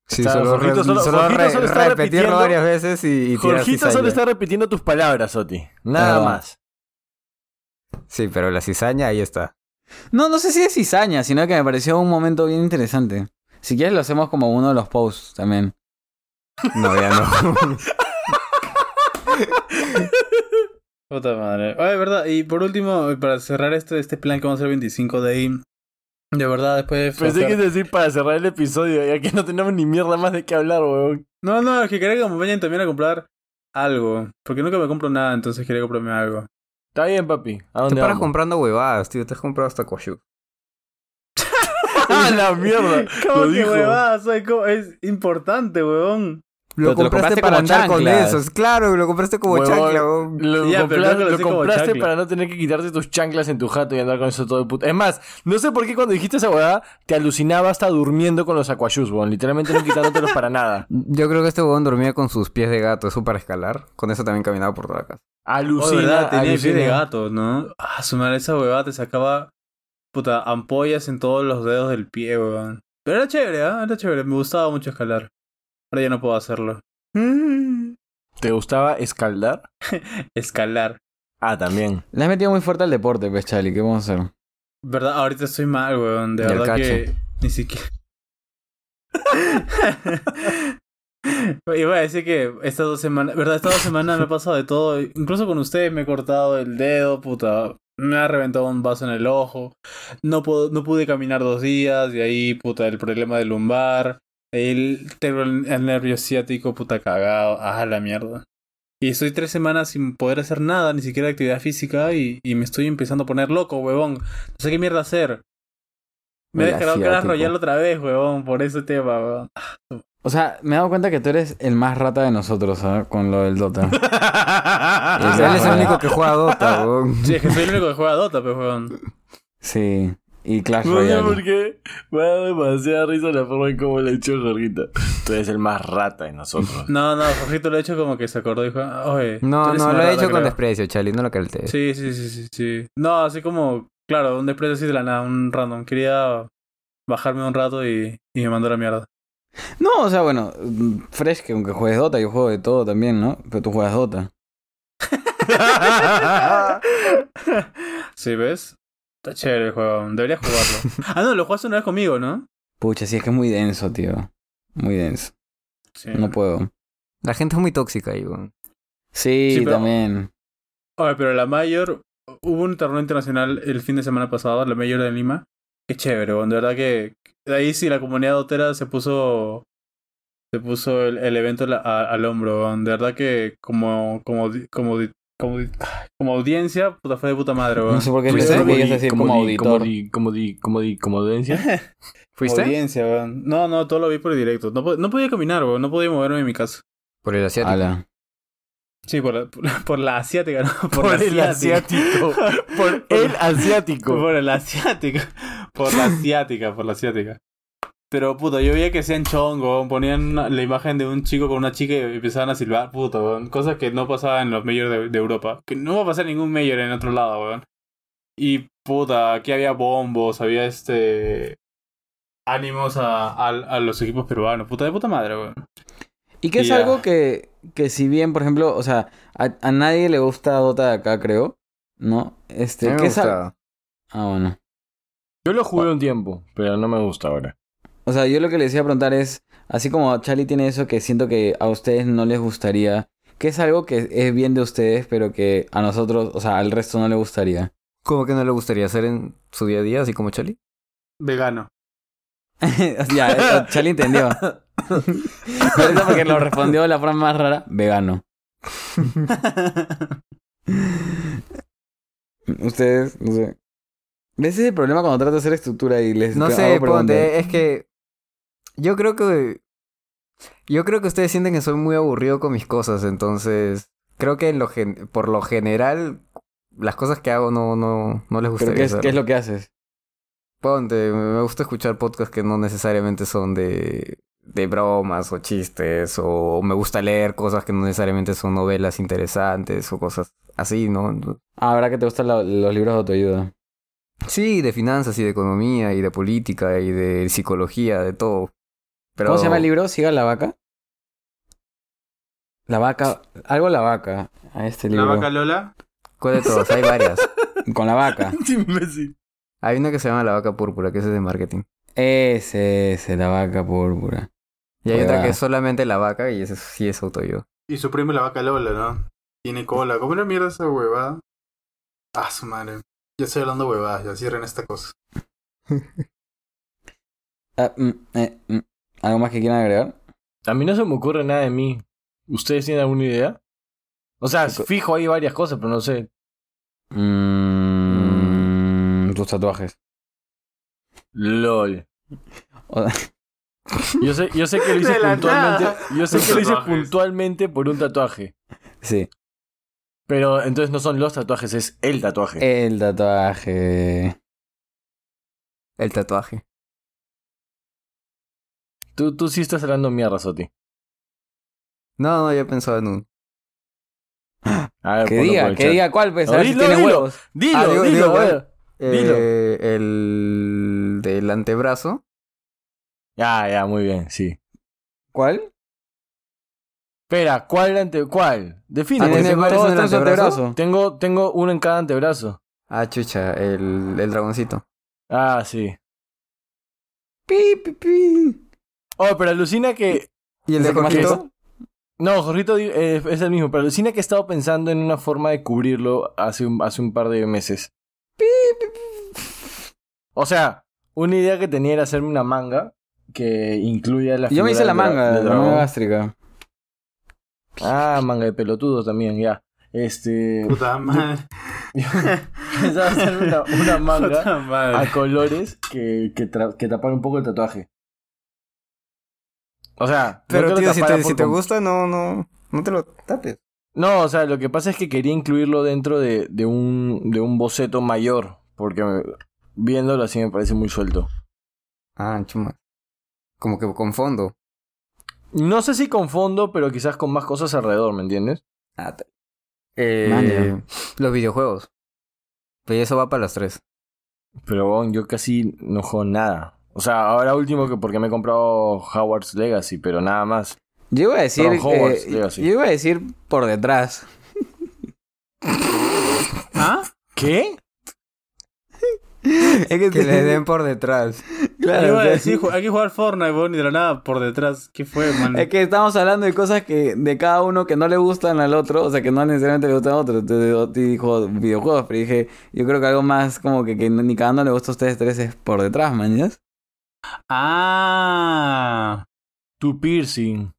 S4: Sí,
S2: Claro,
S4: solo,
S2: Jorgito
S4: re-
S2: solo-
S4: solo
S2: Jorgito
S4: re-
S2: solo está
S4: repetirlo
S2: repitiendo-
S4: varias veces y, y tirar
S2: Jorgito solo
S4: cizaña.
S2: está repitiendo tus palabras, Oti. Nada
S1: Claro.
S2: más.
S4: Sí, pero la cizaña ahí está.
S1: No, no sé si es cizaña, sino que me pareció un momento bien interesante. Si quieres lo hacemos como uno de los posts también.
S4: No, ya no.
S3: Puta madre. Ah, de verdad. Y por último, para cerrar este, este plan que vamos a hacer el 25 de ahí. De verdad, después de
S2: Pensé
S3: flashear-
S2: que iba a decir para cerrar el episodio, ya que no tenemos ni mierda más de qué hablar, weón.
S3: No, no, es que quería que me vayan también a comprar algo. Porque nunca me compro nada, entonces quería comprarme algo.
S2: Está bien, papi. ¿A
S4: Te
S2: dónde
S4: paras
S2: vamos?
S4: comprando huevadas, tío. Te has comprado hasta Koshu.
S2: ¡Ah, la mierda!
S3: ¿Cómo
S2: Lo
S3: que
S2: dijo.
S3: huevada? Soy como- Es importante, huevón.
S4: Lo
S1: Pero te lo compraste
S4: compraste para
S1: como
S4: andar con
S1: chanclas.
S4: esos. Claro, lo compraste como
S2: Huevón.
S4: chancla. huevón.
S2: Lo,
S3: Ya,
S2: compras-
S3: pero creo que lo
S2: lo
S3: sé como
S2: compraste
S3: chancla.
S2: para no tener que quitarte tus chanclas en tu jato y andar con eso todo el puto. Es más, no sé por qué cuando dijiste esa huevada te alucinaba hasta durmiendo con los aquashus, weón. Literalmente no quitándotelos para nada.
S4: Yo creo que este huevón dormía con sus pies de gato. Eso para escalar. Con eso también caminaba por toda la casa.
S3: Oh, de
S2: Alucina,
S3: verdad, tenía el pie de
S2: alucina.
S3: gato, ¿no? Ah, su madre, esa huevada te sacaba puta ampollas en todos los dedos del pie, huevón. Pero era chévere, ¿ah? Era chévere, me gustaba mucho escalar. Ahora ya no puedo hacerlo.
S2: ¿Te gustaba escaldar?
S3: Escalar.
S2: Ah, también.
S1: Le has metido muy fuerte al deporte, pues, Charlie. ¿Qué vamos a hacer?
S3: ¿Verdad? Ahorita estoy mal, huevón. De
S4: Y el
S3: verdad
S4: cacho.
S3: que ni siquiera. Iba a decir que estas dos semanas, ¿verdad? Estas dos semanas me ha pasado de todo. Incluso con ustedes me he cortado el dedo, puta. Me ha reventado un vaso en el ojo. No, puedo, no pude caminar dos días. Y ahí, puta, el problema del lumbar. El, tengo el, el nervio ciático, puta, cagado. Ah, la mierda. Y estoy tres semanas sin poder hacer nada, ni siquiera actividad física. Y, y me estoy empezando a poner loco, huevón. No sé qué mierda hacer. Me he
S1: El
S3: descargado Clash
S1: asiático.
S3: Royale otra vez, huevón, por ese tema, huevón.
S1: O sea, me he dado cuenta que tú eres el más rata de nosotros, ¿ah? Con lo del Dota.
S2: Ah,
S4: O sea, él es el único que juega Dota, huevón.
S3: Sí, es que soy el único que juega Dota, pues, huevón.
S1: Sí. Y Clash
S2: No sé por
S1: Royale.
S2: qué me da demasiada risa la forma en cómo le echó Jorgita. Tú eres el más rata de nosotros.
S3: No, no, Jorgito lo ha hecho como que se acordó y dijo, "Ah, oye. tú
S4: No,
S3: eres
S4: no,
S3: una
S4: lo he
S3: rata,
S4: hecho con
S3: creo".
S4: desprecio, Charlie. No lo caltees.
S3: Sí, sí, sí, sí, sí. No, así como, claro, un desprecio así de la nada, un random. Quería bajarme un rato y, y me mandó a la mierda.
S1: No, o sea, bueno, mm, Fresh, que aunque juegues Dota, yo juego de todo también, ¿no? Pero tú juegas Dota.
S3: ¿Sí ves? Está chévere el juego. Deberías jugarlo. ah, no, lo jugaste una vez conmigo, ¿no?
S1: Pucha, sí, es que es muy denso, tío. Muy denso.
S3: Sí.
S1: No puedo.
S4: La gente es muy tóxica ahí, weón.
S1: Sí,
S3: Sí, pero-
S1: también.
S3: Oye, pero la mayor. Hubo un torneo internacional el fin de semana pasado, la mayor de Lima. Qué chévere, weón. de verdad que. De ahí sí la comunidad dotera se puso. Se puso el, el evento la- a- al hombro, weón. De verdad que como. como, di- como, di- como, di-
S1: Pues
S3: como audiencia, puta fue de puta madre, weón.
S1: No sé por qué
S3: Fuiste
S1: pensé
S3: como
S1: que ibas a decir como
S2: di-
S1: auditor.
S2: Como di, como di, como di, como audiencia.
S4: ¿Fuiste?
S3: Audiencia, weón. No, no, todo lo vi por directo. No, po- no podía caminar, weón. No podía moverme en mi casa.
S4: Por el asiático.
S1: Ala.
S3: Sí, por la, por la- por la asiática, ¿no? Por, la
S2: por el asiático.
S3: Por la asiática. Por la asiática, por la asiática. Pero, puta, yo veía que hacían chongo, weón. ponían una- la imagen de un chico con una chica y empezaban a silbar, puta, weón. Cosas que no pasaban en los mayores de, de Europa. Que no va a pasar ningún mayor en otro lado, weón. Y, puta, aquí había bombos, había este... Ánimos a, a, a los equipos peruanos. Puta, de puta madre, weón.
S1: Y que es
S3: Ya.
S1: algo que, que si bien, por ejemplo, o sea, a, a nadie le gusta Dota de acá, creo. ¿No?
S4: A mí
S1: Este,
S4: me
S1: que es al-
S4: gustaba.
S1: Ah, bueno.
S2: Yo lo jugué un tiempo, pero no me gusta ahora.
S1: O sea, yo lo que les iba a preguntar es, así como Charlie tiene eso que siento que a ustedes no les gustaría, que es algo que es bien de ustedes, pero que a nosotros, o sea, al resto no le gustaría.
S4: ¿Cómo que no le gustaría hacer en su día a día, así como Chali?
S3: Vegano.
S1: ya, eso, Charlie entendió. Pero eso porque lo respondió de la forma más rara, vegano. Ustedes, no sé. Ese es el problema cuando tratas de hacer estructura y les
S4: No
S1: hago
S4: sé,
S1: preguntas.
S4: ponte, es que yo creo que yo creo que ustedes sienten que soy muy aburrido con mis cosas, entonces creo que en lo gen- por lo general las cosas que hago no no no
S1: Pero
S4: les gustaría
S1: ¿qué es,
S4: hacer.
S1: qué es lo que haces?
S4: Ponte, me gusta escuchar podcasts que no necesariamente son de de bromas o chistes o me gusta leer cosas que no necesariamente son novelas interesantes o cosas así, ¿no?
S1: Ah, ¿verdad que te gustan la- los libros de autoayuda?
S4: Sí, de finanzas y de economía y de política y de psicología, de todo. Pero...
S1: ¿Cómo se llama el libro? ¿Siga la vaca? La vaca, algo la vaca, a este
S3: ¿La
S1: libro.
S3: vaca Lola?
S4: ¿Cuál de todos? Hay varias.
S1: Con la vaca.
S4: Hay una que se llama La Vaca Púrpura, que ese es de marketing.
S1: Ese, ese, la vaca púrpura.
S4: Y
S2: Oh,
S4: hay
S1: Ahí
S4: otra
S1: va.
S4: que es solamente La Vaca y ese sí es autoayuda.
S3: Y su primo la vaca Lola, ¿no? Tiene cola. ¿Cómo era mierda esa huevada? Ah, su madre. Ya estoy hablando huevadas, ya cierren esta cosa.
S1: Ah, mm, eh, mm. ¿Algo más que quieran agregar?
S2: A mí no se me ocurre nada de mí. ¿Ustedes tienen alguna idea? O sea,
S1: Sí, co-
S2: fijo hay varias cosas, pero no sé.
S1: Mm, tus tatuajes.
S2: LOL.
S1: O-
S2: Yo sé, yo sé que lo hice
S3: De la
S2: puntualmente.
S3: nada.
S2: Yo sé que lo hice
S3: Tatuajes.
S2: puntualmente por un tatuaje.
S1: sí.
S2: Pero entonces no son los tatuajes, es el tatuaje.
S1: El tatuaje.
S4: El tatuaje.
S2: Tú, tú sí estás hablando mierda, Soti.
S4: No, no, yo pensaba en un...
S2: A ver,
S1: Que
S2: ponlo por
S1: diga,
S2: el
S1: que
S2: chat.
S1: diga cuál, pues, a
S2: No,
S1: ver si
S2: dilo,
S1: tiene
S2: dilo.
S1: huevos.
S2: Dilo,
S4: Ah, digo-
S2: dilo,
S4: digo,
S2: a
S4: bueno.
S2: ver. Dilo.
S4: Eh, el del antebrazo.
S2: Ya, ya, muy bien, sí.
S1: ¿Cuál?
S2: Espera, ¿cuál ante cuál? Define.
S4: Ah,
S1: ¿Tiene
S4: ¿tiene
S2: Tengo-
S4: varios
S1: todos
S4: en
S1: están
S4: el
S1: en su
S4: antebrazo?
S1: antebrazo?
S2: Tengo, tengo uno en cada antebrazo.
S4: Ah, chucha, el, el dragoncito.
S2: Ah, sí.
S1: Pi, pi, pi.
S2: Oh, pero alucina que.
S4: ¿Y
S1: ¿Es
S4: el de
S1: el que más te
S4: Jorgito?
S1: gusta?
S2: No, Jorrito di- eh, es el mismo, pero alucina que he estado pensando en una forma de cubrirlo hace un, hace un par de meses. O sea, una idea que tenía era hacerme una manga que incluya la
S1: Yo me
S2: figura
S1: hice la
S2: del dra-
S1: manga,
S2: del
S1: la
S2: dragón.
S1: manga gástrica.
S2: Ah, manga de pelotudo también, ya. Este.
S3: Puta madre.
S2: Pensaba hacer una, una manga
S3: Puta
S2: a
S3: madre.
S2: colores que, que, tra- que tapar un poco el tatuaje. O sea, no que
S4: Pero
S2: lo
S4: tío, si
S2: tapara
S4: te,
S2: por
S4: si te
S2: completo.
S4: gusta, no, no, no te lo tapes.
S2: No, o sea, lo que pasa es que quería incluirlo dentro de, de un, de un boceto mayor, porque me- viéndolo así me parece muy suelto.
S4: Ah, chuma. Como que con fondo.
S2: No sé si con fondo, pero quizás con más cosas alrededor, ¿me entiendes?
S4: Ah, ta- Eh,
S1: Manja.
S4: los videojuegos. Pero eso va para las tres.
S2: Pero bon, yo casi no juego nada. O sea, ahora último que porque me he comprado Howard's Legacy, pero nada más.
S1: Yo iba a decir.
S2: Perdón, Hogwarts,
S1: eh,
S2: digo así.
S1: yo iba a decir por detrás.
S3: ¿Ah?
S2: ¿Qué?
S4: que le den por detrás.
S3: Yo iba a
S1: o sea,
S3: decir, "Ju- hay que jugar Fortnite, weón, y de la nada por detrás. ¿Qué fue, man?
S1: Es que estamos hablando de cosas que de cada uno que no le gustan al otro, o sea, que no necesariamente le gustan al otro. Entonces yo te dijo videojuegos, pero dije, yo creo que algo más como que, que ni cada uno le gusta a ustedes tres es por detrás, mañas.
S3: Ah.
S2: Tu piercing.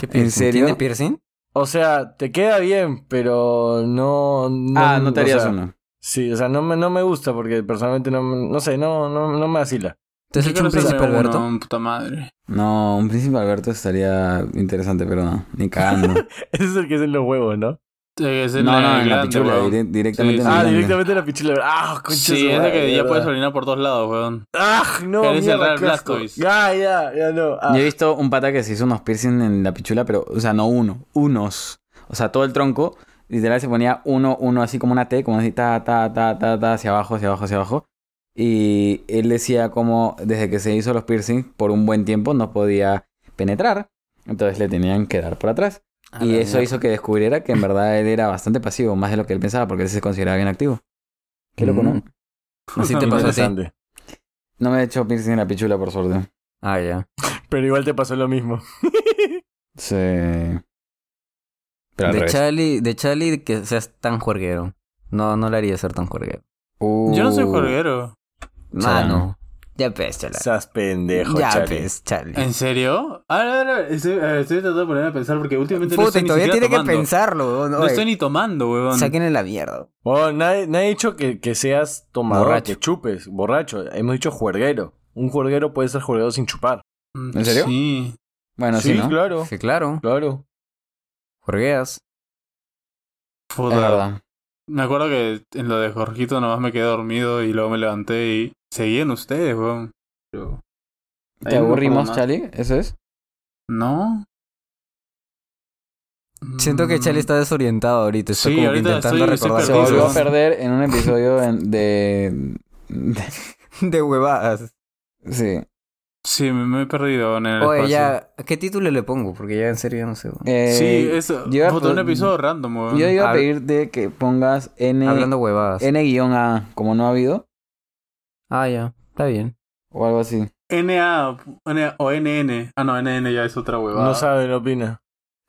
S1: ¿Qué ¿En serio?
S4: ¿Tiene piercing?
S2: O sea, te queda bien, pero no. no
S1: Ah, no te
S2: o
S1: harías
S2: sea,
S1: uno.
S2: Sí, o sea, no me, no me gusta porque personalmente no, me- no sé, no, no, no me vacila.
S4: ¿Te has
S3: Yo
S4: hecho un
S3: quiero hacerme
S4: príncipe, Alberto?
S3: uno, puta madre.
S1: No, un príncipe Alberto estaría interesante, pero no, ni cagando.
S2: Ese es el que es en los huevos, ¿no?
S3: Tiene que ser
S1: no, no, en la
S3: grande,
S1: pichula,
S3: weón.
S1: dire- directamente
S3: Sí,
S1: en la
S2: Ah,
S1: grande.
S2: directamente la pichula. Ah, concha
S3: Sí,
S2: su
S3: es de
S2: madre,
S3: que ya
S2: mierda.
S3: puedes orinar por dos lados, weón.
S2: Ah, no,
S3: Pero es el
S2: mierda,
S3: Real
S2: qué asco.
S3: Blastoise.
S2: Ya, ya, ya no. Ah,
S1: Yo he visto un pata que se hizo unos piercing en la pichula, pero, o sea, no uno, unos. O sea, todo el tronco, literal se ponía uno, uno, así como una T, como así, ta, ta, ta, ta, ta, hacia abajo, hacia abajo, hacia abajo. Y él decía como, desde que se hizo los piercings, por un buen tiempo no podía penetrar. Entonces le tenían que dar por atrás. y eso hizo que descubriera que en verdad él era bastante pasivo, más de lo que él pensaba, porque él se consideraba bien activo. Qué loco, ¿no?
S4: Mm. Así te pasó a ti.
S2: interesante.
S1: No me he hecho piercing en la pichula, por suerte.
S4: Ah, ya.
S2: Pero igual te pasó lo mismo.
S1: Sí. Pero al
S4: De
S1: revés.
S4: Charlie, de Charlie que seas tan juerguero. No, no le haría ser tan juerguero.
S1: Uh.
S3: Yo no soy jueguero.
S1: Chala,
S4: Mano. Ya pes, chala.
S2: Estás pendejo,
S4: Ya pues.
S2: Charlie.
S4: pes, Charlie.
S3: ¿En serio? Ah, no, no, estoy, eh, estoy tratando de ponerme a pensar porque últimamente no
S4: Puta,
S3: estoy
S4: y
S3: ni
S4: todavía
S3: siquiera
S4: tiene
S3: tomando.
S4: que pensarlo.
S3: No estoy ni tomando, weón.
S4: Sáquenle la mierda.
S2: Oh, nadie, nadie ha dicho que, que seas tomador,
S4: Borracho.
S2: que chupes, borracho. Hemos dicho juerguero. Un juerguero puede ser juerguero sin chupar.
S3: Mm,
S1: ¿En serio?
S3: Sí.
S1: Bueno, sí,
S2: sí,
S1: ¿no?
S2: claro.
S4: Sí, claro.
S2: Claro.
S4: Juergueas.
S1: Es
S3: Puta.
S1: verdad.
S3: Me acuerdo que en lo de Jorgito nomás me quedé dormido y luego me levanté y seguían ustedes, weón. Pero-
S1: ¿Te
S3: Ahí no
S1: aburrimos,
S3: puedo más.
S1: Chali? ¿Eso es?
S3: No.
S4: Siento que Charlie
S3: Mm.
S4: está desorientado ahorita. Está
S3: Sí,
S4: como que
S3: ahorita
S4: intentando
S3: estoy- estoy
S4: recordar
S1: Se
S3: perdido.
S1: volvió a
S4: cosas
S1: perder en un episodio en- de... de-
S4: de huevadas.
S1: Sí.
S3: Sí, me, me he perdido en el
S4: Oye,
S3: espacio.
S4: ya, ¿qué título le pongo? Porque ya en serio ya no sé. weón.
S1: Eh,
S3: Sí, eso.
S1: yo iba a
S3: puta, un
S1: pe-
S3: episodio random, weón.
S1: Yo iba a
S4: Hab-
S1: pedirte que pongas N...
S4: Hablando huevadas.
S1: N-A, como no ha habido,
S4: Ah, ya. Está bien.
S1: o algo así.
S3: NA N- o NN. Ah, no, NN ya es otra huevada.
S2: No sabe, no opina.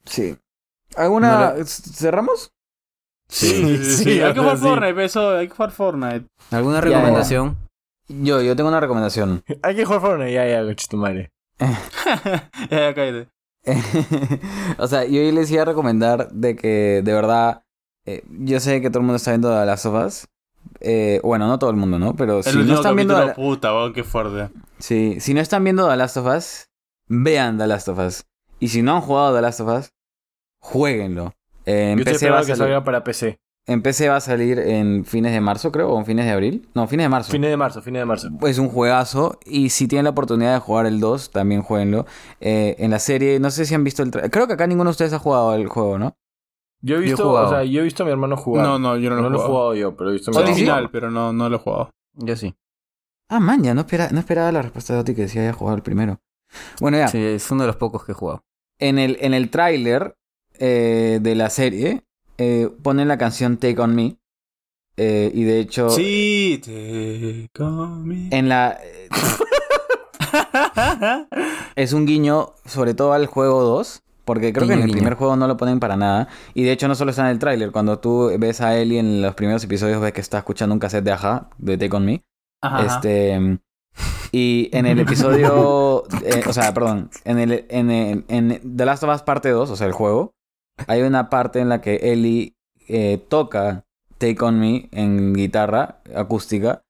S1: Sí. ¿Alguna...
S2: No
S1: ¿Cerramos?
S3: Sí, sí, sí, sí,
S2: sí,
S3: Hay que
S2: ahora
S3: jugar
S2: sí.
S3: Fortnite, eso. Hay que jugar Fortnite.
S4: ¿Alguna
S1: Ya, ya.
S4: recomendación?
S1: Yo, yo tengo una recomendación.
S2: Hay que jugar Fortnite. Ya, ya, conchetumare.
S3: ya, ya, cállate.
S1: o sea, yo les iba a recomendar de que, de verdad, eh, yo sé que todo el mundo está viendo The Last of Us. Eh, bueno, no todo el mundo, ¿no? Pero
S3: El
S1: si
S3: último
S1: no están viendo...
S3: capítulo,
S1: The-
S3: puta, weón, qué fuerte.
S1: Sí, si no están viendo The Last of Us, vean The Last of Us. Y si no han jugado The Last of Us, jueguenlo. Eh, en,
S2: Yo te
S1: PC va a
S2: esperaba que
S1: salir,
S2: salga para PC.
S1: en PC va a salir en fines de marzo, creo, o en fines de abril. No, fines de marzo.
S2: Fines de marzo, fines de marzo.
S1: Es un juegazo. Y si tienen la oportunidad de jugar el 2, también jueguenlo. Eh, en la serie, no sé si han visto el... tra- Creo que acá ninguno de ustedes ha jugado el juego, ¿no?
S2: Yo he
S4: he
S2: visto,
S4: jugado.
S2: o sea, yo he visto a mi hermano jugar.
S3: No, no, yo no
S2: no,
S3: lo he
S2: lo he
S3: jugado.
S2: jugado yo, pero he visto a mi
S3: Es
S1: ¿Solo
S2: hermano
S1: sí?
S3: original,
S2: jugar.
S3: pero no, no lo he jugado.
S4: Yo sí.
S1: Ah, man, ya no, espera- no esperaba la respuesta de Oti que decía había jugado el primero. Bueno, ya.
S4: Sí, es uno de los pocos que he jugado.
S1: en el, en el tráiler eh, de la serie eh, ponen la canción Take On Me. eh, y de hecho,
S3: Sí, te comí.
S1: en la, es un guiño sobre todo al juego 2. Porque creo
S4: Guiño,
S1: que en el
S4: guiño.
S1: primer juego no lo ponen para nada. Y de hecho no solo está en el tráiler. Cuando tú ves a Ellie en los primeros episodios ves que está escuchando un cassette de Aja, de Take On Me.
S3: Ajá, ajá.
S1: Este. Y en el episodio. eh, o sea, perdón. En, el, en, en- en The Last of Us parte 2, o sea, el juego, hay una parte en la que Ellie eh, toca Take On Me en guitarra acústica.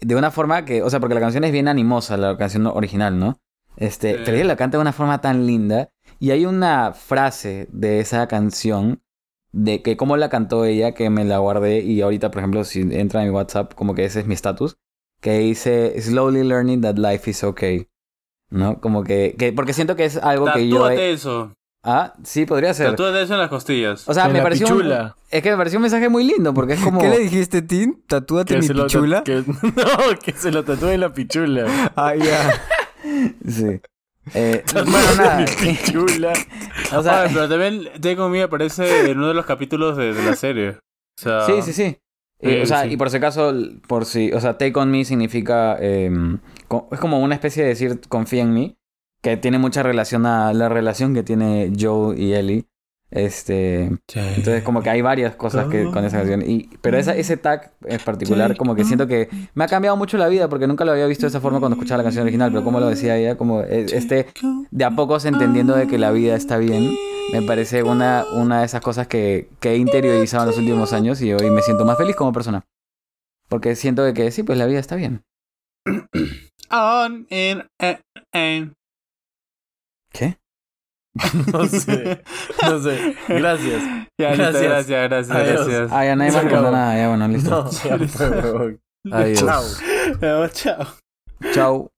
S1: De una forma que. O sea, porque la canción es bien animosa, la canción original, ¿no? Este.
S3: Sí.
S1: Pero ella la canta de una forma tan linda. Y hay una frase de esa canción. De que cómo la cantó ella, que me la guardé. Y ahorita, por ejemplo, si entra en mi WhatsApp, como que ese es mi estatus que dice slowly learning that life is okay. ¿No? Como que, que porque siento que es algo que yo
S3: Tatúate eso.
S1: Ah, sí podría ser.
S3: Tatúate eso en las costillas.
S1: O sea,
S2: En
S1: me
S2: la
S1: pareció un-
S2: pichula.
S1: es que me pareció un mensaje muy lindo porque es como
S4: ¿Qué le dijiste, Tim? ¿Tatúate
S2: Que
S4: mi
S2: se lo tat-
S4: pichula?
S2: que- no, que se lo tatúe en la pichula.
S4: Ah, ya.
S1: sí. Eh, bueno,
S2: Tatúe
S1: nada.
S2: mi pichula.
S1: o sea,
S3: Oye, pero también Take On Me aparece en uno de los capítulos de, de la serie. O sea,
S1: sí, sí, sí. Eh,
S3: Eh,
S1: o sea,
S3: sí.
S1: y por si acaso, por si, o sea, take on me significa, eh, co- es como una especie de decir confía en mí, que tiene mucha relación a la relación que tiene Joe y Ellie. Este, entonces como que hay varias cosas que con esa canción y pero esa, ese tag en particular como que siento que me ha cambiado mucho la vida porque nunca lo había visto de esa forma cuando escuchaba la canción original, pero como lo decía ella, como eh, este de a pocos entendiendo de que la vida está bien, me parece una, una de esas cosas que, que he interiorizado en los últimos años y hoy me siento más feliz como persona. Porque siento de que sí, pues la vida está bien.
S3: On e, and, and, and.
S1: ¿Qué?
S2: No sé. No sé. Gracias.
S3: Ya, listo,
S2: Gracias.
S3: gracias, gracias,
S2: Adiós.
S3: gracias.
S1: Ah, ya nadie
S2: Se
S1: más contó
S2: acabó.
S1: nada, ya bueno, listo.
S2: No, ya fue, huevón.
S1: Adiós.
S2: Chao.
S3: Nos vemos, chao.
S1: Chau.